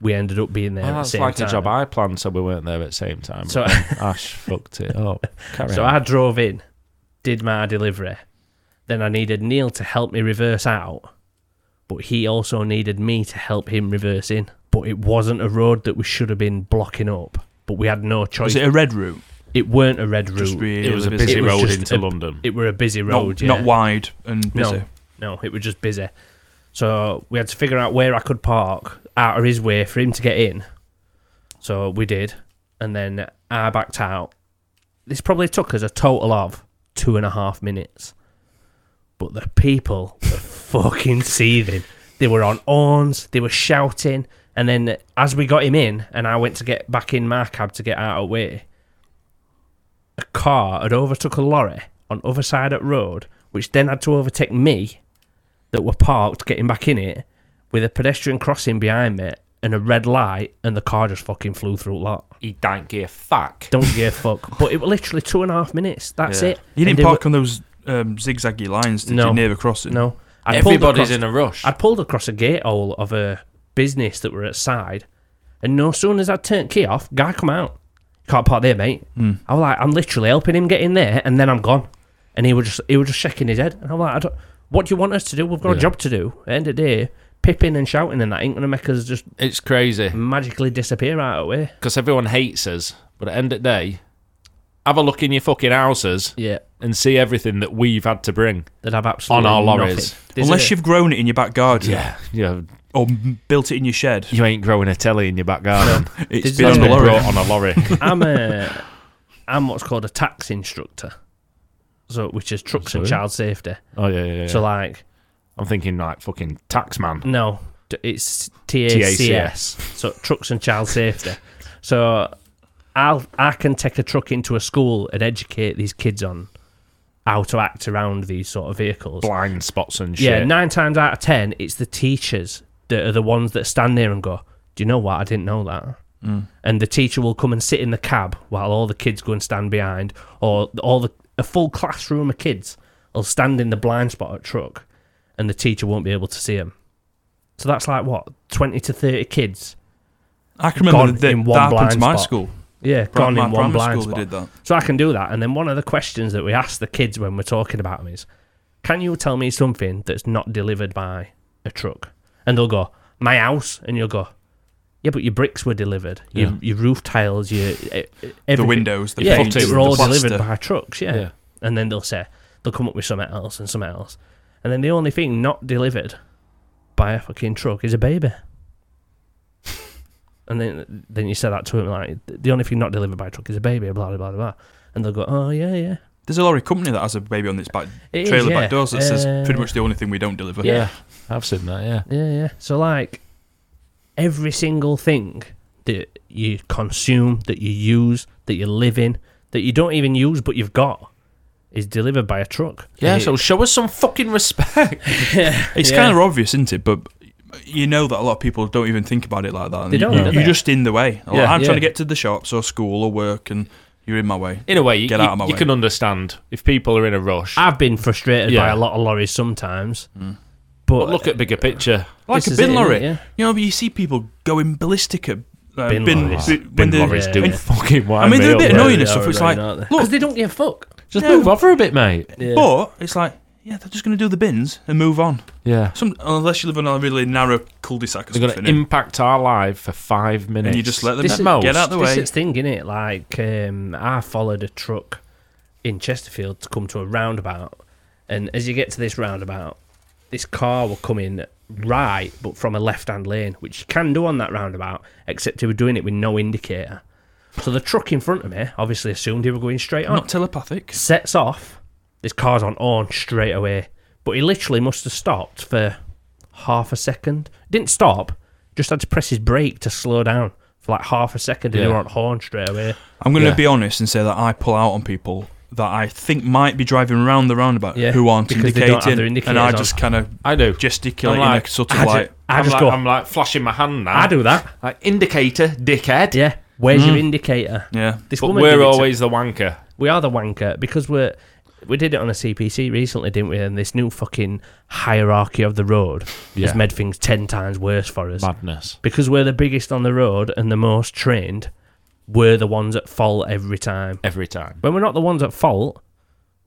Speaker 2: we ended up being there
Speaker 1: Oh,
Speaker 2: at the
Speaker 1: that's
Speaker 2: same
Speaker 1: like
Speaker 2: time.
Speaker 1: a job I planned, so we weren't there at the same time.
Speaker 2: So-
Speaker 3: <laughs>
Speaker 1: So Ash fucked it
Speaker 3: Oh,
Speaker 1: up. <laughs> Carry
Speaker 2: so
Speaker 1: on.
Speaker 2: I drove in, did my delivery, then I needed Neil to help me reverse out, but he also needed me to help him reverse in. But it wasn't a road that we should have been blocking up, but we had no choice.
Speaker 3: Was it a red route?
Speaker 2: it weren't a red
Speaker 3: Just
Speaker 2: route.
Speaker 3: really
Speaker 1: it was a busy
Speaker 2: It was
Speaker 1: road
Speaker 2: just
Speaker 1: into
Speaker 2: a-
Speaker 1: London.
Speaker 2: it were a busy
Speaker 3: Not,
Speaker 2: road, yeah.
Speaker 3: not wide and busy.
Speaker 2: No, no, it was just busy. So we had to figure out where I could park out of his way for him to get in. So we did, and then I backed out. This probably took us a total of two and a half minutes. But the people were <laughs> fucking seething. They were on horns, they were shouting, and then as we got him in, and I went to get back in my cab to get out of the way, a car had overtook a lorry on other side of the road, which then had to overtake me that were parked getting back in it with a pedestrian crossing behind me and a red light and the car just fucking flew through the lot.
Speaker 1: he don't give a fuck.
Speaker 2: Don't give a fuck. But it was literally two and a half minutes. That's
Speaker 1: Yeah.
Speaker 2: it.
Speaker 3: You
Speaker 2: And
Speaker 3: didn't
Speaker 2: they
Speaker 3: park on those um, zigzaggy lines, did
Speaker 2: No.
Speaker 3: you, near the
Speaker 2: were-
Speaker 3: crossing?
Speaker 2: No. I pulled
Speaker 1: Everybody's
Speaker 2: across-
Speaker 1: in a rush.
Speaker 2: I pulled across a gatehole of a business that were at side, and no sooner as I turned key off, guy come out. Can't park there, mate.
Speaker 1: Hmm.
Speaker 2: I was like, I'm literally helping him get in there, and then I'm gone. And he was just he was just shaking his head, and I'm like, I don't, what do you want us to do? We've got a
Speaker 1: Yeah.
Speaker 2: job to do. At the end of the day, pipping and shouting and that ain't gonna make us just
Speaker 1: it's crazy
Speaker 2: magically disappear right away.
Speaker 1: because everyone hates us, but at the end of the day, have a look in your fucking houses
Speaker 2: Yeah,
Speaker 1: and see everything that we've had to bring.
Speaker 2: that I've absolutely
Speaker 1: On our
Speaker 2: nothing.
Speaker 1: lorries.
Speaker 2: There's
Speaker 3: Unless
Speaker 2: a-
Speaker 3: you've grown it in your back garden
Speaker 1: Yeah, you, know,
Speaker 3: or m- built it in your shed.
Speaker 1: you ain't growing a telly in your back <laughs> garden.
Speaker 3: It's
Speaker 2: Did
Speaker 1: That's
Speaker 2: you-
Speaker 3: been on the
Speaker 1: been
Speaker 3: lorry.
Speaker 1: brought on a <laughs> lorry.
Speaker 2: I'm a I'm what's called a tax instructor, so which is trucks and
Speaker 1: Sorry?
Speaker 2: child safety.
Speaker 1: oh yeah, yeah. yeah.
Speaker 2: So like.
Speaker 1: I'm thinking like fucking taxman.
Speaker 2: No, d- it's TACS. So trucks and child safety. So I'll I can take a truck into a school and educate these kids on how to act around these sort of vehicles.
Speaker 1: Blind spots and shit.
Speaker 2: yeah, nine times out of ten, it's the teachers that are the ones that stand there and go, "Do you know what? I didn't know that."
Speaker 1: Mm.
Speaker 2: And the teacher will come and sit in the cab while all the kids go and stand behind, or all the a full classroom of kids will stand in the blind spot at truck, and the teacher won't be able to see them. So that's like what twenty to thirty kids,
Speaker 3: I can remember
Speaker 2: Gone
Speaker 3: that,
Speaker 2: in
Speaker 3: that
Speaker 2: one
Speaker 3: happened to
Speaker 2: blind
Speaker 3: my
Speaker 2: spot.
Speaker 3: school.
Speaker 2: yeah,
Speaker 3: Pri-
Speaker 2: gone
Speaker 3: my
Speaker 2: in one
Speaker 3: primary
Speaker 2: blind
Speaker 3: school,
Speaker 2: spot.
Speaker 3: they did that.
Speaker 2: So I can do that. And then one of the questions that we ask the kids when we're talking about them is, can you tell me something that's not delivered by a truck? And they'll go, my house. And you'll go, yeah, but your bricks were delivered. Your, your roof tiles, your eh, eh,
Speaker 3: The
Speaker 2: everything.
Speaker 3: windows, the
Speaker 2: yeah,
Speaker 3: paint,
Speaker 2: they
Speaker 1: footing,
Speaker 2: were all
Speaker 3: the plaster.
Speaker 2: delivered by trucks. Yeah.
Speaker 1: Yeah.
Speaker 2: And then they'll say they'll come up with something else and something else. And then the only thing not delivered by a fucking truck is a baby. <laughs> and then then you say that to him like the only thing not delivered by a truck is a baby. Blah blah blah blah. And they'll go, oh yeah yeah.
Speaker 3: There's a lorry company that has a baby on its back
Speaker 2: It is,
Speaker 3: trailer
Speaker 2: yeah.
Speaker 3: back doors that says
Speaker 2: Uh,
Speaker 3: pretty much the only thing we don't deliver.
Speaker 2: Yeah.
Speaker 1: I've seen that. Yeah,
Speaker 2: Yeah, yeah. So like every single thing that you consume, that you use, that you live in, that you don't even use but you've got is delivered by a truck.
Speaker 1: yeah.
Speaker 2: And
Speaker 1: So show us some fucking <laughs> respect.
Speaker 3: It's
Speaker 2: Yeah.
Speaker 3: kind of obvious, isn't it? But you know that a lot of people don't even think about it like that. and
Speaker 2: They
Speaker 3: you-
Speaker 2: don't,
Speaker 3: you,
Speaker 2: do they?
Speaker 3: are just in the way. Like,
Speaker 1: Yeah,
Speaker 3: I'm trying
Speaker 2: yeah.
Speaker 3: to get to the shops or school or work, and you're in my way.
Speaker 1: In a way, you,
Speaker 3: Get
Speaker 1: you,
Speaker 3: out of my
Speaker 1: you
Speaker 3: way.
Speaker 1: can understand if people are in a rush.
Speaker 2: I've been frustrated by
Speaker 1: Yeah.
Speaker 2: a lot of lorries sometimes. But,
Speaker 1: but look at bigger picture.
Speaker 3: Like
Speaker 2: This
Speaker 3: a
Speaker 2: is
Speaker 3: bin
Speaker 2: it,
Speaker 3: lorry.
Speaker 2: isn't it? Yeah.
Speaker 3: You know, but you see people going ballistic at uh,
Speaker 2: Bin
Speaker 3: bin, bin,
Speaker 2: lorries.
Speaker 1: Bin
Speaker 3: when they're-
Speaker 1: lorries
Speaker 2: yeah,
Speaker 1: do
Speaker 2: yeah.
Speaker 1: fucking
Speaker 3: I mean, they're a bit
Speaker 2: Yeah,
Speaker 3: annoying
Speaker 2: they
Speaker 3: and
Speaker 2: are
Speaker 3: stuff. It's
Speaker 2: annoying,
Speaker 3: like,
Speaker 2: aren't they?
Speaker 3: look,
Speaker 2: Because they don't give a fuck.
Speaker 1: Just
Speaker 3: Yeah.
Speaker 1: move over a bit, mate.
Speaker 3: but it's like, yeah, they're just going to do the bins and move on.
Speaker 1: Yeah.
Speaker 3: Some, unless you live on a really narrow cul-de-sac or
Speaker 1: They're going
Speaker 3: something,
Speaker 1: to impact our life for five minutes.
Speaker 3: and you just let them
Speaker 2: This is-
Speaker 3: get out the
Speaker 2: This
Speaker 3: way.
Speaker 2: is thing, innit? Like, um, I followed a truck in Chesterfield to come to a roundabout, and as you get to this roundabout, this car will come in right, but from a left-hand lane, which you can do on that roundabout, except he were doing it with no indicator. So the truck in front of me obviously assumed he were going straight on
Speaker 3: Not telepathic.
Speaker 2: sets off. This car's on on straight away, but he literally must have stopped for half a second. Didn't stop, just had to press his brake to slow down for like half a second, and
Speaker 1: Yeah.
Speaker 2: they were on horn straight away.
Speaker 3: I'm going to
Speaker 1: Yeah.
Speaker 3: be honest and say that I pull out on people that I think might be driving around the roundabout
Speaker 2: Yeah,
Speaker 3: who aren't
Speaker 2: because they
Speaker 3: indicating,
Speaker 2: don't have their
Speaker 3: and I
Speaker 2: indicators
Speaker 3: just kind of
Speaker 1: I do.
Speaker 3: gesticulate
Speaker 1: I'm
Speaker 3: like,
Speaker 1: like,
Speaker 3: in a sort of
Speaker 2: I,
Speaker 3: like.
Speaker 2: just, I
Speaker 1: I'm
Speaker 2: just
Speaker 1: like,
Speaker 2: go.
Speaker 1: I'm like flashing my hand now.
Speaker 2: I do that.
Speaker 1: Like, indicator, dickhead.
Speaker 2: Yeah. Where's your
Speaker 3: Mm.
Speaker 2: indicator?
Speaker 3: Yeah,
Speaker 2: This
Speaker 1: Hmm. But
Speaker 2: woman did
Speaker 1: we're
Speaker 2: it to-
Speaker 1: always the wanker.
Speaker 2: we are the wanker because we're we did it on a CPC recently, didn't we? And this new fucking hierarchy of the road
Speaker 1: Yeah.
Speaker 2: has made things ten times worse for us
Speaker 1: Madness.
Speaker 2: because we're the biggest on the road and the most trained. We're the ones at fault every time.
Speaker 1: Every time.
Speaker 2: When we're not the ones at fault,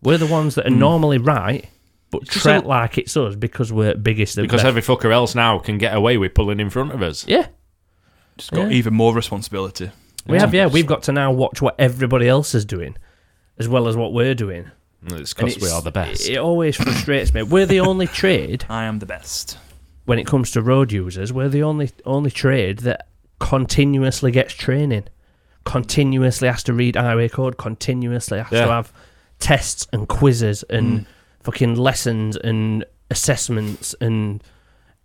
Speaker 2: we're the ones
Speaker 1: Hmm.
Speaker 2: that are normally right, but
Speaker 3: just
Speaker 2: treat
Speaker 3: a-
Speaker 2: like it's us because we're biggest. And
Speaker 1: Because
Speaker 2: best.
Speaker 1: every fucker else now can get away with pulling in front of us.
Speaker 2: yeah,
Speaker 3: just got
Speaker 2: Yeah.
Speaker 3: even more responsibility.
Speaker 2: we have. Yeah, we've got to now watch what everybody else is doing, as well as what we're doing.
Speaker 1: It's
Speaker 2: And
Speaker 1: because we
Speaker 2: it's-
Speaker 1: are the best.
Speaker 2: It always frustrates me. We're the
Speaker 1: <laughs>
Speaker 2: only trade
Speaker 3: I am the best.
Speaker 2: when it comes to road users, we're the only only trade that continuously gets training, continuously has to read highway code, continuously has
Speaker 1: Yeah.
Speaker 2: to have tests and quizzes and
Speaker 3: Mm.
Speaker 2: fucking lessons and assessments and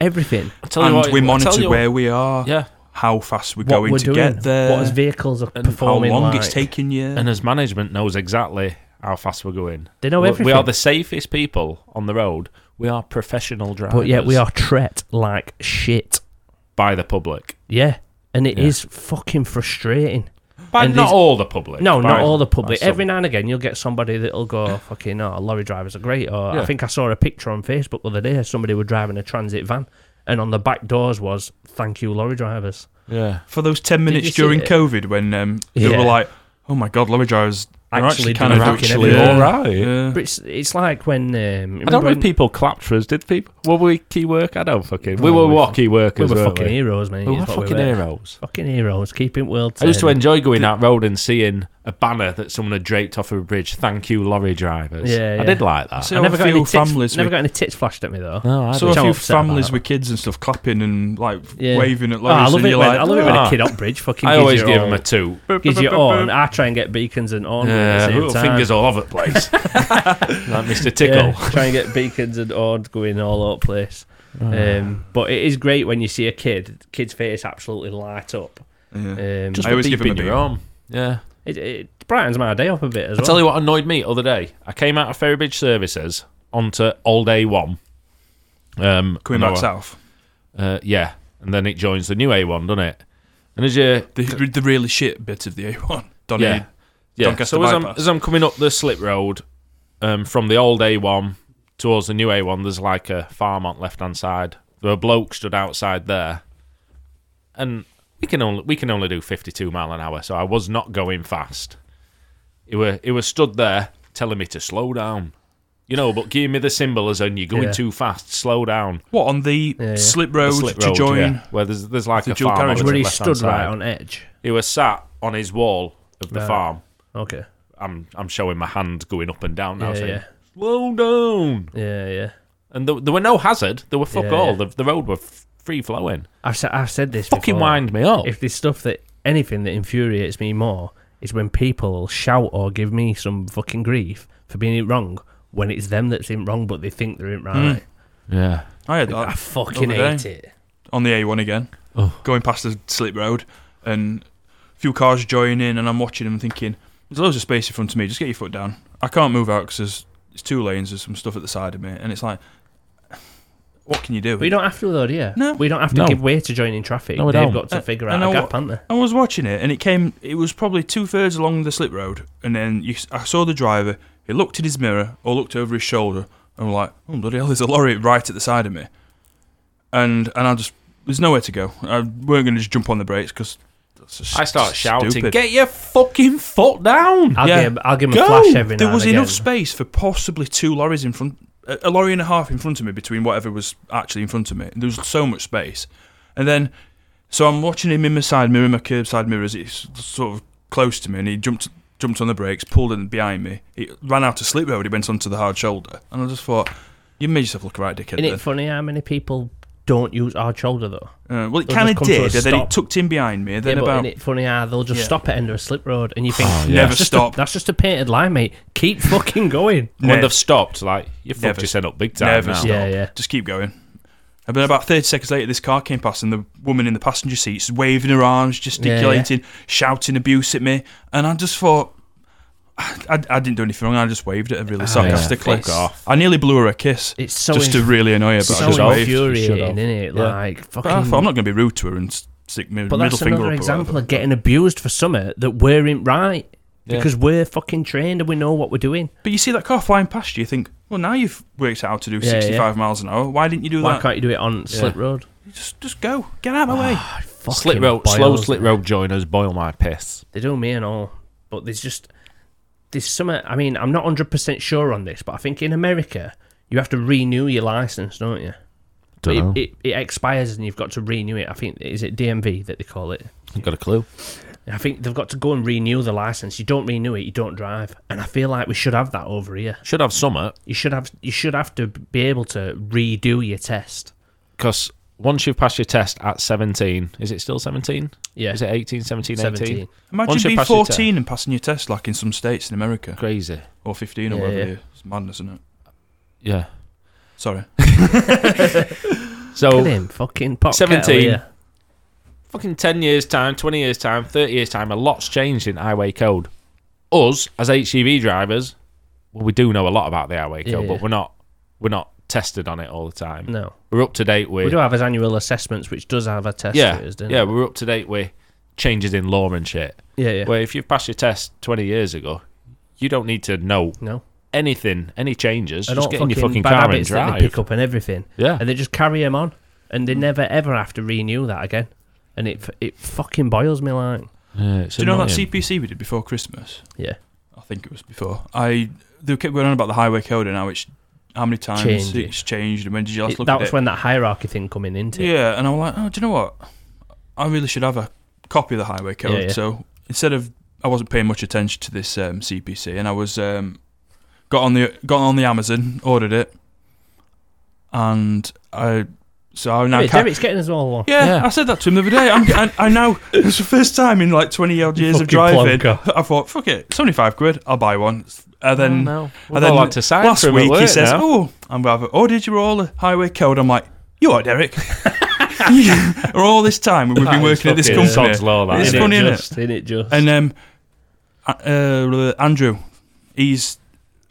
Speaker 2: everything.
Speaker 1: I tell you
Speaker 3: And
Speaker 1: what,
Speaker 3: we
Speaker 1: I tell
Speaker 3: monitor
Speaker 1: you
Speaker 3: where we are,
Speaker 1: Yeah.
Speaker 3: how fast we're
Speaker 2: What
Speaker 3: going
Speaker 2: we're
Speaker 3: to
Speaker 2: doing,
Speaker 3: get there,
Speaker 2: what his vehicles are
Speaker 3: how
Speaker 2: performing
Speaker 3: long
Speaker 2: like.
Speaker 3: it's taking you.
Speaker 1: And as management knows exactly how fast we're going.
Speaker 2: They know
Speaker 1: We-
Speaker 2: everything.
Speaker 1: We are the safest people on the road. We are professional drivers.
Speaker 2: but yet we are treated like shit.
Speaker 1: by the public.
Speaker 2: Yeah, and it
Speaker 1: Yeah.
Speaker 2: is fucking frustrating.
Speaker 1: By
Speaker 2: And
Speaker 1: not
Speaker 2: these-
Speaker 1: all the public.
Speaker 2: No,
Speaker 1: by-
Speaker 2: not all the
Speaker 1: by
Speaker 2: public.
Speaker 1: some.
Speaker 2: Every now and again, you'll get somebody that'll go, fucking, oh, lorry drivers are great. Or
Speaker 1: Yeah.
Speaker 2: I think I saw a picture on Facebook the other day. Somebody were driving a transit van, and on the back doors was, thank you, lorry drivers.
Speaker 1: Yeah.
Speaker 3: for those 10 minutes
Speaker 2: you see
Speaker 3: during
Speaker 2: it?
Speaker 3: COVID when um, they
Speaker 2: Yeah.
Speaker 3: were like, oh my God, lorry drivers are
Speaker 2: Actually
Speaker 3: actually kind of
Speaker 2: doing fucking
Speaker 3: actually
Speaker 2: everything.
Speaker 3: all right.
Speaker 1: right.
Speaker 3: Yeah.
Speaker 2: But it's, it's like when. Um,
Speaker 1: I don't know if
Speaker 2: remember
Speaker 1: people clapped for us, did people? Were we key work? I don't fucking. We
Speaker 2: Oh,
Speaker 1: were
Speaker 2: we
Speaker 1: what key
Speaker 2: when
Speaker 1: workers?
Speaker 2: We were
Speaker 1: weren't
Speaker 2: fucking
Speaker 1: we?
Speaker 2: heroes, mate.
Speaker 1: We
Speaker 2: is
Speaker 1: were
Speaker 2: what
Speaker 1: fucking
Speaker 2: were.
Speaker 1: heroes.
Speaker 2: Fucking heroes, keeping world.
Speaker 1: I used to
Speaker 2: turning.
Speaker 1: enjoy going out road and seeing a banner that someone had draped off of a bridge. Thank you, lorry drivers.
Speaker 2: Yeah,
Speaker 1: I
Speaker 2: yeah.
Speaker 1: did like that.
Speaker 3: So-
Speaker 2: I never got
Speaker 3: few
Speaker 2: any tits.
Speaker 3: families
Speaker 2: Never
Speaker 3: with-
Speaker 2: got any tits flashed at me though.
Speaker 1: No, I
Speaker 3: So
Speaker 1: did.
Speaker 3: a
Speaker 2: don't
Speaker 3: few
Speaker 2: upset about
Speaker 3: families
Speaker 2: that.
Speaker 3: with kids and stuff clapping and like
Speaker 2: Yeah.
Speaker 3: waving at
Speaker 2: Oh,
Speaker 3: lorries.
Speaker 2: I love
Speaker 3: and
Speaker 2: it.
Speaker 3: you're
Speaker 2: When,
Speaker 3: like,
Speaker 2: I love it when
Speaker 1: "Ah."
Speaker 2: a kid up bridge fucking.
Speaker 1: I
Speaker 2: gives
Speaker 1: always
Speaker 2: you
Speaker 1: give
Speaker 2: all-
Speaker 1: them a two. <laughs>
Speaker 2: Gives you on. I try and get beacons and on at the same
Speaker 1: little
Speaker 2: time.
Speaker 1: fingers all over the place,
Speaker 2: <laughs>
Speaker 1: like Mister Tickle.
Speaker 2: Yeah, <laughs> try and get beacons and odd going all over the place.
Speaker 1: Ah.
Speaker 2: Um, but it is great when you see a kid, kid's face absolutely light up.
Speaker 3: yeah.
Speaker 2: Um,
Speaker 1: Just for
Speaker 3: I always give
Speaker 1: beeping
Speaker 3: 'em a
Speaker 1: your
Speaker 3: beep.
Speaker 1: arm. Yeah.
Speaker 2: it, it brightens my day up a bit as
Speaker 1: I
Speaker 2: well.
Speaker 1: tell you what annoyed me other day. I came out of Ferrybridge Services onto All Day One. Um,
Speaker 3: Coming
Speaker 1: no,
Speaker 3: back south.
Speaker 1: Uh, yeah, and then it joins the new A1, doesn't it? And as you
Speaker 3: The, the really shit bit of the A1. Donny.
Speaker 1: yeah, yeah.
Speaker 3: Doncaster
Speaker 1: So as I'm,
Speaker 3: bypass.
Speaker 1: as I'm coming up the slip road um, from the old A1 towards the new A1, there's like a farm on left hand side. There were bloke stood outside there, and we can only we can only do 52 mile an hour, so I was not going fast. It were it was stood there telling me to slow down, you know, but giving me the symbol as in you're going
Speaker 2: Yeah.
Speaker 1: too fast, slow down.
Speaker 3: What, on the
Speaker 2: Yeah, yeah.
Speaker 3: slip road
Speaker 1: The slip
Speaker 3: to
Speaker 1: road,
Speaker 3: join?
Speaker 1: yeah, where there's there's like
Speaker 3: the
Speaker 1: a
Speaker 3: dual
Speaker 1: farm
Speaker 3: carriage
Speaker 1: over
Speaker 2: where
Speaker 1: to
Speaker 2: he
Speaker 1: the left-hand
Speaker 2: stood right
Speaker 1: side.
Speaker 2: on edge.
Speaker 1: He was sat on his wall of the
Speaker 2: Right.
Speaker 1: farm.
Speaker 2: Okay.
Speaker 1: I'm I'm showing my hand going up and down now,
Speaker 2: Yeah,
Speaker 1: saying
Speaker 2: yeah,
Speaker 1: slow down.
Speaker 2: yeah, yeah.
Speaker 1: And there, there were no hazard. There were fuck
Speaker 2: Yeah,
Speaker 1: all.
Speaker 2: yeah.
Speaker 1: The, the road were f- free flowing.
Speaker 2: I've said I've said this
Speaker 1: Fucking
Speaker 2: before.
Speaker 1: wind me up.
Speaker 2: If there's stuff that anything that infuriates me more is when people shout or give me some fucking grief for being it wrong when it's them that's in wrong but they think they're in
Speaker 1: Hmm.
Speaker 2: right.
Speaker 1: yeah.
Speaker 3: I had
Speaker 2: I
Speaker 3: Oh, that
Speaker 2: fucking
Speaker 3: Another
Speaker 2: hate
Speaker 3: day.
Speaker 2: it.
Speaker 3: on the A1 again,
Speaker 1: Oh.
Speaker 3: going past the slip road, and a few cars join in, and I'm watching them thinking, there's loads of space in front of me, just get your foot down. I can't move out because there's it's two lanes, there's some stuff at the side of me, and it's like, what can you do?
Speaker 2: We don't have to though, do you?
Speaker 3: No.
Speaker 2: We don't have to
Speaker 1: No.
Speaker 2: give way to joining traffic.
Speaker 1: No, we
Speaker 2: They've
Speaker 1: don't.
Speaker 2: got to
Speaker 3: Uh,
Speaker 2: figure
Speaker 3: I
Speaker 2: out
Speaker 3: know
Speaker 2: a
Speaker 3: what-
Speaker 2: gap, haven't they?
Speaker 3: I was watching it, and it came. It was probably two thirds along the slip road, and then you, s- I saw the driver. He looked at his mirror or looked over his shoulder, and I'm like, "Oh bloody hell, there's a lorry right at the side of me," and and I just there's nowhere to go. I weren't going to just jump on the brakes because
Speaker 1: I start shouting,
Speaker 3: Stupid.
Speaker 1: "Get your fucking foot down!"
Speaker 2: I'll,
Speaker 3: Yeah.
Speaker 2: give, I'll give him
Speaker 1: Go!
Speaker 2: a flash every
Speaker 3: there
Speaker 2: now
Speaker 3: was
Speaker 2: and
Speaker 3: enough
Speaker 2: again.
Speaker 3: space for possibly two lorries in front, a, a lorry and a half in front of me between whatever was actually in front of me. There was so much space, and then so I'm watching him in my side mirror, my curbside mirror, as it's sort of close to me, and he jumped jumped on the brakes, pulled in behind me. He ran out of slip road. He went onto the hard shoulder, and I just thought, you made yourself look right, dickhead.
Speaker 2: Isn't
Speaker 3: Then.
Speaker 2: it funny how many people don't use hard shoulder though?
Speaker 3: Uh, well, it
Speaker 2: They'll
Speaker 3: kind of
Speaker 2: just come to a
Speaker 3: did, and then he
Speaker 2: stop.
Speaker 3: tucked in behind me. And then
Speaker 2: yeah, but
Speaker 3: about
Speaker 2: isn't it funny how they'll just
Speaker 3: Yeah.
Speaker 2: stop at end of a slip road and you think
Speaker 1: Oh,
Speaker 2: "That's
Speaker 1: yeah. Never
Speaker 2: just
Speaker 3: stop.
Speaker 2: A, that's just a painted line, mate. Keep fucking going.
Speaker 3: <laughs>
Speaker 1: When
Speaker 3: Ne-
Speaker 1: they've stopped, like you fucked
Speaker 3: Never-
Speaker 1: yourself up big time.
Speaker 3: never
Speaker 1: now.
Speaker 3: stop.
Speaker 2: Yeah, yeah.
Speaker 3: just keep going. And then about 30 seconds later, this car came past, and the woman in the passenger seat's waving her arms, gesticulating, shouting abuse at me. And I just thought, I, I didn't do anything wrong. I just waved at her really
Speaker 2: Ah,
Speaker 3: sarcastically.
Speaker 2: yeah. Fuck off.
Speaker 3: I nearly blew her a kiss
Speaker 2: It's so
Speaker 3: just to
Speaker 2: inf-
Speaker 3: really annoy her, but I
Speaker 2: so
Speaker 3: just
Speaker 1: off.
Speaker 3: waved.
Speaker 2: infuriating,
Speaker 1: Shut off.
Speaker 2: isn't it?
Speaker 3: Yeah.
Speaker 2: Like
Speaker 3: But I
Speaker 2: fucking.
Speaker 3: thought, I'm not going to be rude to her and s- stick my
Speaker 2: but
Speaker 3: middle
Speaker 2: that's
Speaker 3: finger
Speaker 2: another
Speaker 3: up.
Speaker 2: example of getting abused for something that we're in right
Speaker 1: Yeah.
Speaker 2: because we're fucking trained and we know what we're doing.
Speaker 3: But you see that car flying past you, you think, well, now you've worked out how to do
Speaker 2: Yeah,
Speaker 3: 65 miles an hour. Why didn't you do
Speaker 2: Why Ah.
Speaker 3: that?
Speaker 2: can't you do it on slip road?
Speaker 3: Just, just go. Get out of my way.
Speaker 2: Fucking
Speaker 1: Slit road, slow
Speaker 2: boils
Speaker 1: slit
Speaker 2: me.
Speaker 1: road joiners boil my piss.
Speaker 2: They do me and all, but there's just there's some. I mean, I'm not hundred percent sure on this, but I think in America you have to renew your license, don't you?
Speaker 1: Don't
Speaker 2: it,
Speaker 1: know.
Speaker 2: It, it expires and you've got to renew it. I think is it DMV that they call it.
Speaker 1: I've got a clue.
Speaker 2: I think they've got to go and renew the license. You don't renew it, you don't drive. And I feel like we should have that over here.
Speaker 1: Should have summer
Speaker 2: You should have you should have to be able to redo your test.
Speaker 1: because once you've passed your test at 17, is it still 17?
Speaker 2: Yeah.
Speaker 1: Is it 18, 17, 18?
Speaker 2: 17.
Speaker 3: Imagine
Speaker 1: Once you
Speaker 3: being
Speaker 1: pass your
Speaker 3: 14 and passing your test like in some states in America,
Speaker 1: Crazy.
Speaker 3: or 15 or
Speaker 2: Yeah,
Speaker 3: whatever.
Speaker 2: yeah.
Speaker 3: it is. It's madness, isn't it?
Speaker 1: Yeah.
Speaker 3: Sorry.
Speaker 1: So Oh.
Speaker 2: Get him, fucking pot
Speaker 1: 17.
Speaker 2: kettle, yeah.
Speaker 1: fucking 10 years time 20 years time 30 years time a lot's changed in highway code us as hgv drivers well we do know a lot about the highway
Speaker 2: Yeah,
Speaker 1: code
Speaker 2: yeah.
Speaker 1: but we're not we're not tested on it all the time
Speaker 2: No.
Speaker 1: we're up to date
Speaker 2: We
Speaker 1: with
Speaker 2: do have his annual assessments which does have a test
Speaker 1: yeah
Speaker 2: to us, doesn't
Speaker 1: yeah
Speaker 2: it?
Speaker 1: we're up to date with changes in law and shit
Speaker 2: Yeah, yeah.
Speaker 1: where if you've passed your test 20 years ago you don't need to know
Speaker 2: No.
Speaker 1: anything any changes
Speaker 2: And all
Speaker 1: just get in your fucking
Speaker 2: bad
Speaker 1: car and
Speaker 2: habits that they
Speaker 1: drive
Speaker 2: pick up and everything.
Speaker 1: Yeah. Hmm.
Speaker 2: And they just carry him on. And they never ever have to renew that again. And it f- it fucking boils me like
Speaker 1: yeah, it's
Speaker 3: Do you know that
Speaker 1: annoying.
Speaker 3: CPC we did before Christmas?
Speaker 2: Yeah.
Speaker 3: I think it was before. I they kept going on about the highway code and how it's how many times
Speaker 2: Changed it.
Speaker 3: it's changed and when did you last
Speaker 2: It-
Speaker 3: look
Speaker 2: that
Speaker 3: at
Speaker 2: was
Speaker 3: it?
Speaker 2: when that hierarchy thing coming into it.
Speaker 3: Yeah, and I was like, oh, do you know what? I really should have a copy of the highway code.
Speaker 2: Yeah, yeah.
Speaker 3: So instead of I wasn't paying much attention to this um, CPC, and I was um, got on the got on the Amazon, ordered it, and I so I now
Speaker 2: Hey,
Speaker 3: ca-
Speaker 2: Derek's getting us all along.
Speaker 3: yeah,
Speaker 1: Yeah.
Speaker 3: I said that to him the other
Speaker 2: <laughs>
Speaker 3: day. I'm, I, I now it's the first time in like twenty odd years of
Speaker 2: Fucking
Speaker 3: driving.
Speaker 2: plonker.
Speaker 3: <laughs> I thought, fuck it, it's only five quid. I'll buy one. And
Speaker 1: Oh,
Speaker 3: then
Speaker 1: no. We've
Speaker 3: and then
Speaker 1: all had to sign
Speaker 3: last
Speaker 1: for 'em at
Speaker 3: week he
Speaker 1: work
Speaker 3: says,
Speaker 1: now.
Speaker 3: "Oh, I'm rather ordered you all a highway code." I'm like, "You
Speaker 1: <laughs>
Speaker 3: are Derek." <laughs> Or all this time we've
Speaker 1: That
Speaker 3: been
Speaker 1: is
Speaker 3: working at this
Speaker 1: fucking
Speaker 3: company,
Speaker 1: sod's law, that,
Speaker 3: It's
Speaker 1: isn't
Speaker 3: funny,
Speaker 2: it
Speaker 3: innit?
Speaker 2: just, it just.
Speaker 3: and um, uh, uh, Andrew, he's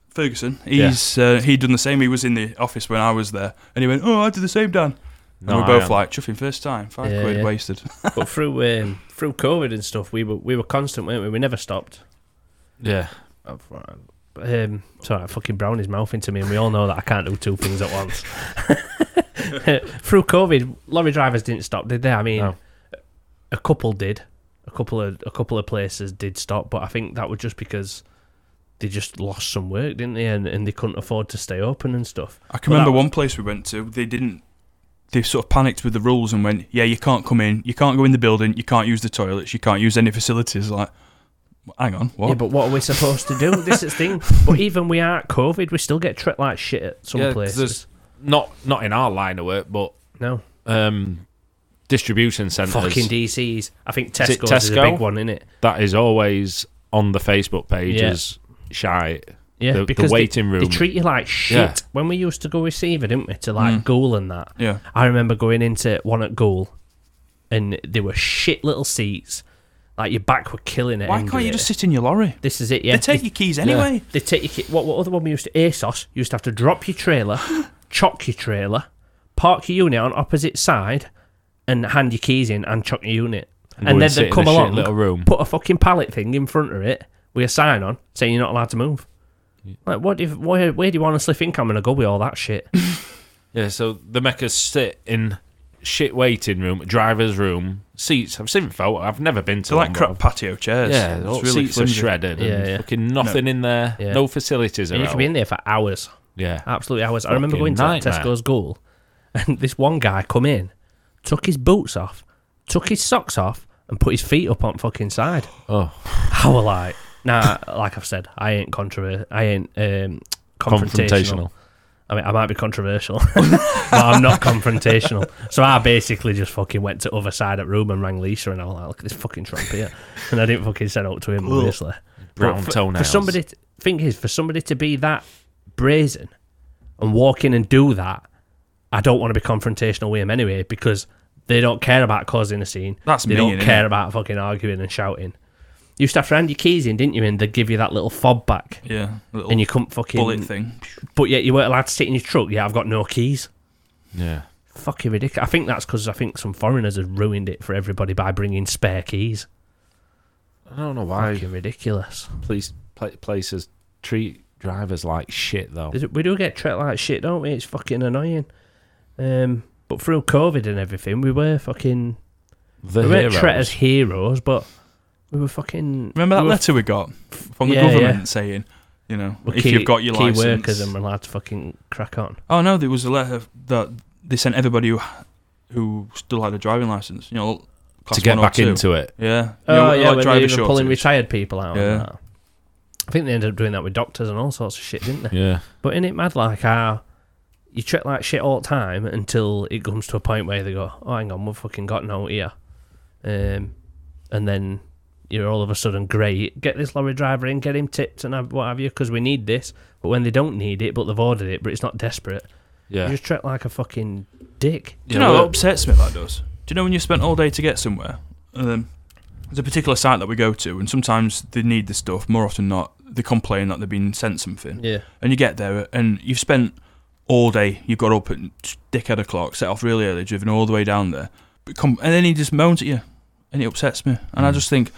Speaker 3: Ferguson. He's uh, he'd done the same. He was in the office when I was there, and he went, "Oh, I did the same, Dan." And
Speaker 1: No,
Speaker 3: we we're
Speaker 1: I
Speaker 3: both
Speaker 1: am.
Speaker 3: like, "Chuffing first time, five
Speaker 2: Yeah,
Speaker 3: quid
Speaker 2: yeah.
Speaker 3: wasted."
Speaker 2: but through um, through COVID and stuff, we were we were constant, weren't we? We never stopped.
Speaker 1: yeah uh,
Speaker 2: Um, sorry, I fucking brown his mouth into me, and we all know that I can't do two things at
Speaker 1: <laughs>
Speaker 2: once. <laughs> through COVID, lorry drivers didn't stop, did they? I mean,
Speaker 1: No.
Speaker 2: a couple did, a couple of a couple of places did stop, but I think that was just because they just lost some work, didn't they? And, and they couldn't afford to stay open and stuff.
Speaker 3: I can
Speaker 2: Well,
Speaker 3: remember
Speaker 2: that-
Speaker 3: one place we went to. They didn't. They sort of panicked with the rules and went, "Yeah, you can't come in. You can't go in the building. You can't use the toilets. You can't use any facilities." Like, hang on, what?
Speaker 2: Yeah, but what are we supposed to
Speaker 1: <laughs>
Speaker 2: do? this is the thing. But even we aren't COVID, we still get treated like shit at some
Speaker 1: Yeah, 'cause
Speaker 2: places.
Speaker 1: there's- not not in our line of work but
Speaker 2: No.
Speaker 1: um, distribution centers.
Speaker 2: Fucking DCs. I think Tesco's
Speaker 1: it
Speaker 2: is, a
Speaker 1: Tesco?
Speaker 2: big one, isn't it?
Speaker 1: that is always on the Facebook page
Speaker 2: Yeah.
Speaker 1: as shite.
Speaker 2: Yeah,
Speaker 1: The- the
Speaker 2: because
Speaker 1: waiting
Speaker 2: they,
Speaker 1: room.
Speaker 2: They treat you like shit.
Speaker 1: Yeah.
Speaker 2: When we used to go receiver, didn't we, to like Goal and that?
Speaker 3: Mm. Yeah.
Speaker 2: I remember going into one at Goal, and they were shit little seats. Like your back were killing it.
Speaker 3: Why can't you just sit in your lorry?
Speaker 2: This is it. Yeah,
Speaker 3: they take your keys anyway.
Speaker 2: They take your ki- what? What other one we used to? ASOS you used to have to drop your trailer, chock your trailer, park your unit on opposite side, and hand your keys in and chock your unit. And,
Speaker 1: go and
Speaker 2: then
Speaker 1: sit
Speaker 2: they
Speaker 1: in
Speaker 2: come
Speaker 1: a shit
Speaker 2: along,
Speaker 1: little room.
Speaker 2: put a fucking pallet thing in front of it with a sign on saying you're not allowed to move. Like, what? If where, where do you honestly think I'm gonna go with all
Speaker 1: <laughs>
Speaker 2: that shit?
Speaker 1: Yeah, so the mechas sit in shit waiting room, driver's room, seats. I've seen photo. I've never been to
Speaker 3: They're like
Speaker 1: one,
Speaker 3: crap
Speaker 1: but
Speaker 3: patio chairs.
Speaker 1: I've- Yeah,
Speaker 3: It's
Speaker 1: all
Speaker 3: really
Speaker 1: seats
Speaker 3: flimsy.
Speaker 1: are shredded
Speaker 2: Yeah,
Speaker 1: and
Speaker 2: yeah.
Speaker 1: fucking nothing in there.
Speaker 2: Yeah.
Speaker 1: No facilities
Speaker 2: And you
Speaker 1: around.
Speaker 2: could be in there for hours.
Speaker 1: yeah.
Speaker 2: absolutely hours. I remember
Speaker 1: Fucking
Speaker 2: going to that
Speaker 1: nightmare.
Speaker 2: Tesco's goal, and this one guy come in, took his boots off, took his socks off, and put his feet up on fucking side.
Speaker 1: Oh.
Speaker 2: I were like, nah, like I've said, I ain't controver, I ain't um, confrontational.
Speaker 1: Confrontational.
Speaker 2: I mean, I might be controversial, <laughs> but I'm not confrontational. So I basically just fucking went to other side of room and rang Lisa, and I was like, "Look at this fucking Trump here," and I didn't fucking set up to him, obviously.
Speaker 1: Brown
Speaker 2: But for,
Speaker 1: toenails.
Speaker 2: For somebody, to, thing is, for somebody to be that brazen and walk in and do that, I don't want to be confrontational with him anyway because they don't care about causing a scene.
Speaker 3: That's
Speaker 2: they
Speaker 3: mean,
Speaker 2: don't
Speaker 3: innit?
Speaker 2: care about fucking arguing and shouting. You used to have to hand your keys in, didn't you? And they'd give you that little fob back,
Speaker 3: Yeah. a Little
Speaker 2: and you couldn't fucking.
Speaker 3: bullet thing.
Speaker 2: But yet you weren't allowed to sit in your truck. Yeah, I've got no keys.
Speaker 1: Yeah.
Speaker 2: Fucking ridiculous. I think that's because I think some foreigners have ruined it for everybody by bringing spare keys.
Speaker 1: I don't know why
Speaker 2: Fucking ridiculous.
Speaker 1: police pla places treat drivers like shit though.
Speaker 2: Is it- We do get treated like shit, don't we? It's fucking annoying. Um, but through COVID and everything, we were fucking.
Speaker 1: The
Speaker 2: we weren't treated as
Speaker 1: heroes.
Speaker 2: heroes, but we were fucking.
Speaker 3: Remember that
Speaker 2: we were
Speaker 3: letter we got from the
Speaker 2: Yeah,
Speaker 3: government
Speaker 2: yeah.
Speaker 3: saying, you know,
Speaker 2: Well,
Speaker 3: if
Speaker 2: key-
Speaker 3: you've got your
Speaker 2: key
Speaker 3: license.
Speaker 2: workers and we're allowed to fucking crack on.
Speaker 3: Oh no, there was a letter that they sent everybody who, who still had a driving license. You know, class
Speaker 1: To get
Speaker 3: 1 or
Speaker 1: back
Speaker 3: 2.
Speaker 1: into it.
Speaker 3: Uh, Yeah.
Speaker 2: Oh
Speaker 3: You know,
Speaker 2: yeah, when they
Speaker 3: driver
Speaker 2: were pulling
Speaker 3: shortage.
Speaker 2: retired people out.
Speaker 3: Yeah.
Speaker 2: And that. I think they ended up doing that with doctors and all sorts of shit, didn't they?
Speaker 1: Yeah.
Speaker 2: But in it mad like how you treat like shit all the time until it comes to a point where they go, "Oh, hang on, we've fucking got no here," um, and then you're all of a sudden great. Get this lorry driver in, get him tipped and have, what have you, because we need this. But when they don't need it, but they've ordered it, but it's not desperate,
Speaker 1: Yeah.
Speaker 2: you just treat like a fucking dick.
Speaker 3: Do you
Speaker 1: Yeah,
Speaker 3: know
Speaker 1: well-
Speaker 3: what upsets me that does? Do you know when you spent all day to get somewhere, and then there's a particular site that we go to, and sometimes they need this stuff. More often not, they complain that they've been sent something,
Speaker 2: Yeah,
Speaker 3: and you get there, and you've spent all day. You got up at dickhead o'clock, set off really early, driven all the way down there, but come, and then he just moans at you, and it upsets me, and I
Speaker 1: Mm.
Speaker 3: just think,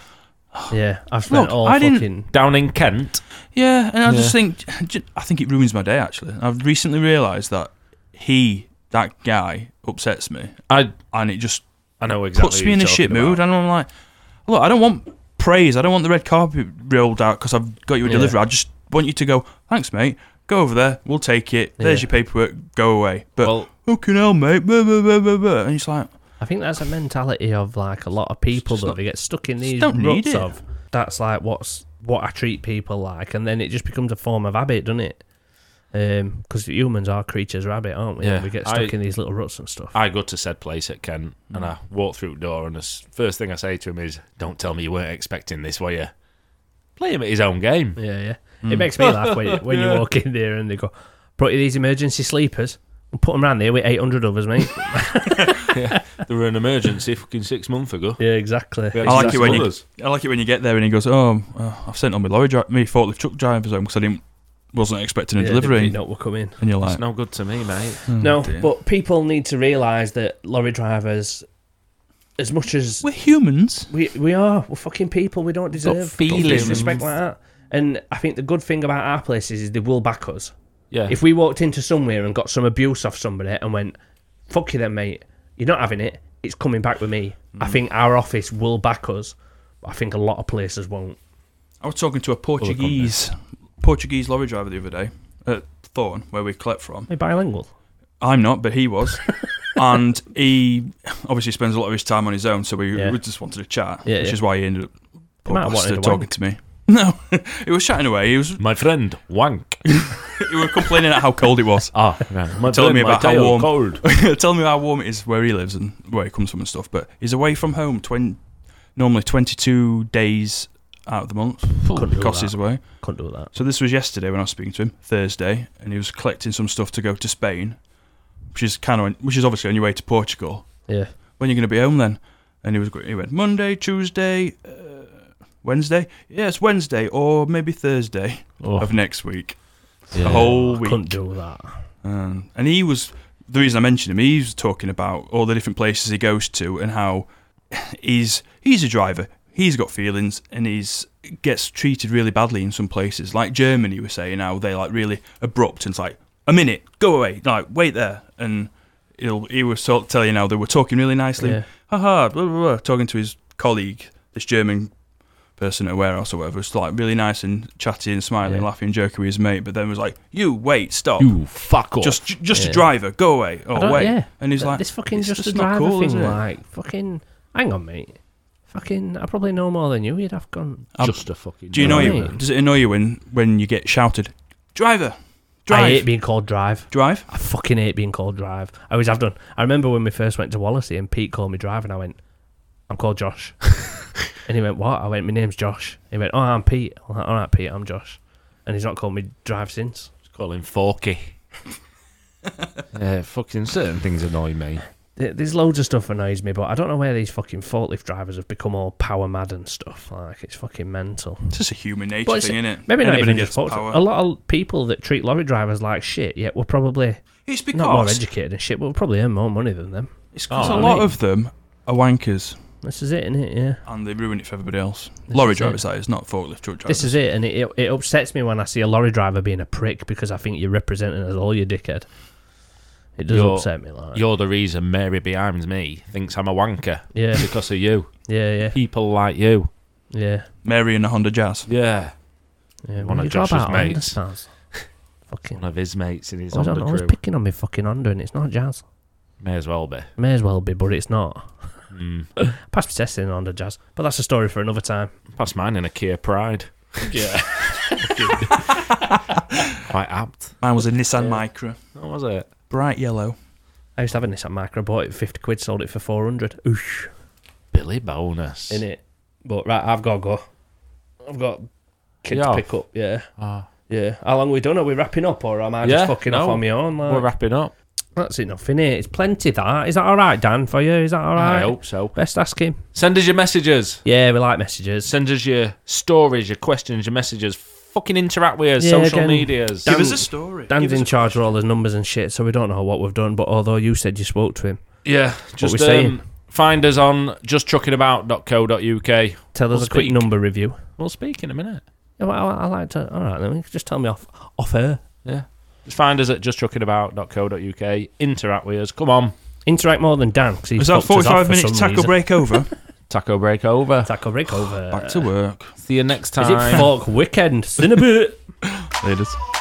Speaker 2: yeah. I've spent
Speaker 3: Look,
Speaker 2: all
Speaker 3: I didn't-
Speaker 2: fucking.
Speaker 1: Down in Kent.
Speaker 3: yeah, and I
Speaker 1: Yeah.
Speaker 3: just think, j- I think it ruins my day. Actually, I've recently realised that he, that guy, upsets me,
Speaker 1: I
Speaker 3: and it just
Speaker 1: I know exactly.
Speaker 3: puts
Speaker 1: who
Speaker 3: me in a
Speaker 1: you're
Speaker 3: shit
Speaker 1: talking
Speaker 3: mood,
Speaker 1: about.
Speaker 3: and I'm like, look, I don't want praise. I don't want the red carpet rolled out because I've got you a
Speaker 2: Yeah.
Speaker 3: delivery. I just want you to go, thanks, mate. Go over there. We'll take it. There's
Speaker 2: Yeah.
Speaker 3: your paperwork. Go away. But
Speaker 1: well,
Speaker 3: fucking hell, mate. Blah, blah, blah, blah, blah. And it's like,
Speaker 2: I think that's a mentality of like a lot of people
Speaker 3: Just
Speaker 2: that
Speaker 3: not-
Speaker 2: they get stuck in
Speaker 3: just
Speaker 2: these
Speaker 3: don't need
Speaker 2: ruts
Speaker 3: it.
Speaker 2: of. That's like what's what I treat people like, and then it just becomes a form of habit, doesn't it? Because humans are creatures of habit, aren't we?
Speaker 1: Yeah,
Speaker 2: And we get stuck
Speaker 1: I-
Speaker 2: in these little ruts and stuff.
Speaker 1: I go to said place at Kent and I walk through the door and the s- first thing I say to him is, "Don't tell me you weren't expecting this, were you?" Play him at his own game.
Speaker 2: yeah, yeah.
Speaker 3: Mm.
Speaker 2: It makes me laugh
Speaker 3: <laughs>
Speaker 2: when, you- when you walk in there and they go, "Brought you these emergency sleepers. We'll put them around there with eight hundred others,
Speaker 3: <laughs>
Speaker 2: mate."
Speaker 1: There were an emergency fucking six months ago.
Speaker 2: yeah, exactly.
Speaker 1: We had
Speaker 3: I like
Speaker 1: six
Speaker 3: it when you-
Speaker 1: others.
Speaker 3: I like it when you get there and he goes, oh, uh, I've sent on my lorry driver, me forklift truck drivers home because I didn't, wasn't expecting a
Speaker 2: Yeah,
Speaker 3: delivery.
Speaker 2: Not will come in.
Speaker 3: And you're like,
Speaker 1: It's no good to me, mate.
Speaker 3: "Oh,
Speaker 2: No,
Speaker 3: dear."
Speaker 2: but people need to realise that lorry drivers, as much as
Speaker 3: we're humans.
Speaker 2: We we are. We're fucking people. We don't deserve
Speaker 1: feelings.
Speaker 2: disrespect like that. And I think the good thing about our places is they will back us.
Speaker 1: Yeah.
Speaker 2: If we walked into somewhere and got some abuse off somebody and went, "Fuck you, then, mate. You're not having it. It's coming back with me." I
Speaker 3: Mm.
Speaker 2: think our office will back us. But I think a lot of places won't.
Speaker 3: I was talking to a Portuguese Portuguese lorry driver the other day at Thorn, where we collect from.
Speaker 2: Are you bilingual?
Speaker 3: I'm not, but he
Speaker 2: <laughs>
Speaker 3: was. and he obviously spends a lot of his time on his own, so we,
Speaker 2: Yeah.
Speaker 3: we just wanted to chat,
Speaker 2: Yeah,
Speaker 3: which
Speaker 2: yeah.
Speaker 3: is why he ended up
Speaker 2: He might have wanted
Speaker 3: bastard,
Speaker 2: to
Speaker 3: talking
Speaker 2: wank.
Speaker 3: to me. <laughs> No, he was chatting away. He was
Speaker 1: my friend Wank.
Speaker 3: he was complaining at how cold it was,
Speaker 1: <laughs>
Speaker 3: <laughs>
Speaker 1: Ah, right. my
Speaker 3: Telling
Speaker 1: friend,
Speaker 3: me
Speaker 1: my
Speaker 3: about how
Speaker 1: tail
Speaker 3: warm-
Speaker 1: cold.
Speaker 3: telling me how warm it is where he lives and where he comes from and stuff. But he's away from home twen- normally 22 days out of the month
Speaker 2: Couldn't do
Speaker 3: because
Speaker 2: that.
Speaker 3: he's away.
Speaker 2: Couldn't do that.
Speaker 3: So this was yesterday when I was speaking to him, Thursday, and he was collecting some stuff to go to Spain, which is kind of which is obviously on your way to Portugal.
Speaker 2: Yeah.
Speaker 3: when are you going to be home then? And he was he went Monday, Tuesday, uh, Wednesday. Yes, Wednesday or maybe Thursday
Speaker 1: Oh,
Speaker 3: of next week.
Speaker 1: yeah.
Speaker 3: The whole
Speaker 2: Couldn't
Speaker 3: week.
Speaker 2: do that.
Speaker 3: Um, and he was the reason I mentioned him. He was talking about all the different places he goes to and how he's he's a driver. He's got feelings and he's gets treated really badly in some places, like Germany. Was saying how they like really abrupt and it's like a minute, go away, like wait there, and he'll he was sort of telling how they were talking really nicely,
Speaker 2: Yeah.
Speaker 3: haha, blah, blah, blah, talking to his colleague, this German person at a warehouse or whatever, was like really nice and chatty and smiling,
Speaker 2: Yeah.
Speaker 3: laughing, joking with his mate, but then was like, you, wait, stop.
Speaker 1: You fuck off.
Speaker 3: just j- just
Speaker 2: Yeah.
Speaker 3: a driver, go away.
Speaker 2: I
Speaker 3: Oh,
Speaker 2: don't-
Speaker 3: wait.
Speaker 2: yeah.
Speaker 3: And he's
Speaker 2: Th-
Speaker 3: like,
Speaker 2: this fucking
Speaker 3: "It's
Speaker 2: just a
Speaker 3: just not
Speaker 2: driver
Speaker 3: cool, is
Speaker 2: thing,
Speaker 3: it?"
Speaker 2: like fucking. Hang on, mate. Fucking, I probably know more than you. You'd have gone.
Speaker 1: just a fucking.
Speaker 3: um, do you know you?
Speaker 2: Right.
Speaker 3: Does it annoy you when, when you get shouted, driver, drive,
Speaker 2: I hate being called drive.
Speaker 3: drive?
Speaker 2: I fucking hate being called drive. I always have done. I remember when we first went to Wallasey and Pete called me drive and I went, I'm called Josh. and he went, What? I went, My name's Josh. He went, Oh, I'm Pete. I'm like, All right, Pete, I'm Josh. And he's not called me drive since. <laughs>
Speaker 1: Just call him Forky. yeah, fucking certain things annoy me.
Speaker 2: There- There's loads of stuff annoys me, but I don't know where these fucking forklift drivers have become all power mad and stuff. Like it's fucking mental.
Speaker 3: It's just a human nature
Speaker 2: But it's-
Speaker 3: thing, isn't it?
Speaker 2: Maybe not
Speaker 3: Anybody
Speaker 2: even just
Speaker 3: gets
Speaker 2: forklift-
Speaker 3: power.
Speaker 2: A lot of people that treat lorry drivers like shit, yet we're probably
Speaker 3: It's
Speaker 2: not more
Speaker 3: because
Speaker 2: educated and shit, but we'll probably earn more money than them.
Speaker 3: it's 'cause
Speaker 1: Oh,
Speaker 3: a
Speaker 1: I
Speaker 3: lot
Speaker 2: mean-
Speaker 3: of them are wankers
Speaker 2: This is it, isn't it? Yeah.
Speaker 3: and they ruin it for everybody else.
Speaker 2: This
Speaker 3: Lorry
Speaker 2: is
Speaker 3: drivers, that is, not forklift truck drivers.
Speaker 2: This is it, and it, it, it upsets me when I see a lorry driver being a prick because I think you're representing us all, you dickhead. It does
Speaker 1: You're-
Speaker 2: upset me, like
Speaker 1: You're the reason Mary behind me thinks I'm a wanker
Speaker 2: yeah,
Speaker 1: because of you.
Speaker 2: yeah, yeah,
Speaker 1: People like you.
Speaker 2: yeah,
Speaker 3: Mary and the Honda Jazz.
Speaker 1: Yeah.
Speaker 2: yeah.
Speaker 1: One
Speaker 2: What
Speaker 1: of
Speaker 2: you got
Speaker 1: Josh's
Speaker 2: about Honda
Speaker 1: mates.
Speaker 2: stars? Fucking,
Speaker 1: One of his mates in his
Speaker 2: Oh, I don't
Speaker 1: Honda
Speaker 2: know. I was
Speaker 1: crew.
Speaker 2: picking on me fucking Honda, and it's not jazz.
Speaker 1: May as well be.
Speaker 2: May as well be, but it's not. <laughs>
Speaker 1: Mm.
Speaker 2: Passed my testing on Honda jazz, but that's a story for another time.
Speaker 1: Passed mine in a Kia Pride.
Speaker 2: Yeah.
Speaker 1: <laughs> Quite apt.
Speaker 3: Mine was a Nissan Micra,
Speaker 1: What was it?
Speaker 3: bright yellow.
Speaker 2: I used to have a Nissan Micra, bought it for 50 quid, sold it for 400. Oosh.
Speaker 1: Billy Bonus.
Speaker 2: In it. But right, I've got to go. I've got kids
Speaker 1: Yeah.
Speaker 2: to pick up, yeah.
Speaker 1: Ah.
Speaker 2: Yeah. How long we done? Are we wrapping up or am I
Speaker 1: Yeah,
Speaker 2: just fucking off
Speaker 1: no.
Speaker 2: on my own? Like,
Speaker 1: We're wrapping up.
Speaker 2: That's enough, innit? It's plenty that. Is that all right, Dan, for you? Is that all
Speaker 1: I
Speaker 2: right?
Speaker 1: hope so.
Speaker 2: Best ask him.
Speaker 1: Send us your messages.
Speaker 2: Yeah, we like messages.
Speaker 1: Send us your stories, your questions, your messages. Fucking interact with us,
Speaker 2: Yeah,
Speaker 1: social
Speaker 2: again.
Speaker 1: medias.
Speaker 2: Dan-
Speaker 3: Give us a story.
Speaker 2: Dan's
Speaker 3: Give us
Speaker 2: in
Speaker 3: a-
Speaker 2: charge of all his numbers and shit, so we don't know what we've done. But although you said you spoke to him,
Speaker 1: yeah, just
Speaker 2: we saying?
Speaker 1: um, find us on justtruckingabout.co.uk.
Speaker 2: tell us
Speaker 1: We'll
Speaker 2: a quick
Speaker 1: speak.
Speaker 2: number review.
Speaker 1: We'll speak in a minute.
Speaker 2: Yeah, well, I, I like to. All right, then you can just tell me off off air.
Speaker 1: Yeah. Just find us at justtruckingabout.co.uk. Interact with us. Come on.
Speaker 2: Interact more than Dan because he's
Speaker 3: Is that 45 minutes tackle
Speaker 2: <laughs>
Speaker 3: break over?
Speaker 1: Taco break over.
Speaker 2: Tackle break over.
Speaker 3: Back to work.
Speaker 1: See you next
Speaker 2: Is
Speaker 1: time.
Speaker 2: it fork weekend? Cinnaboo.
Speaker 3: Laters.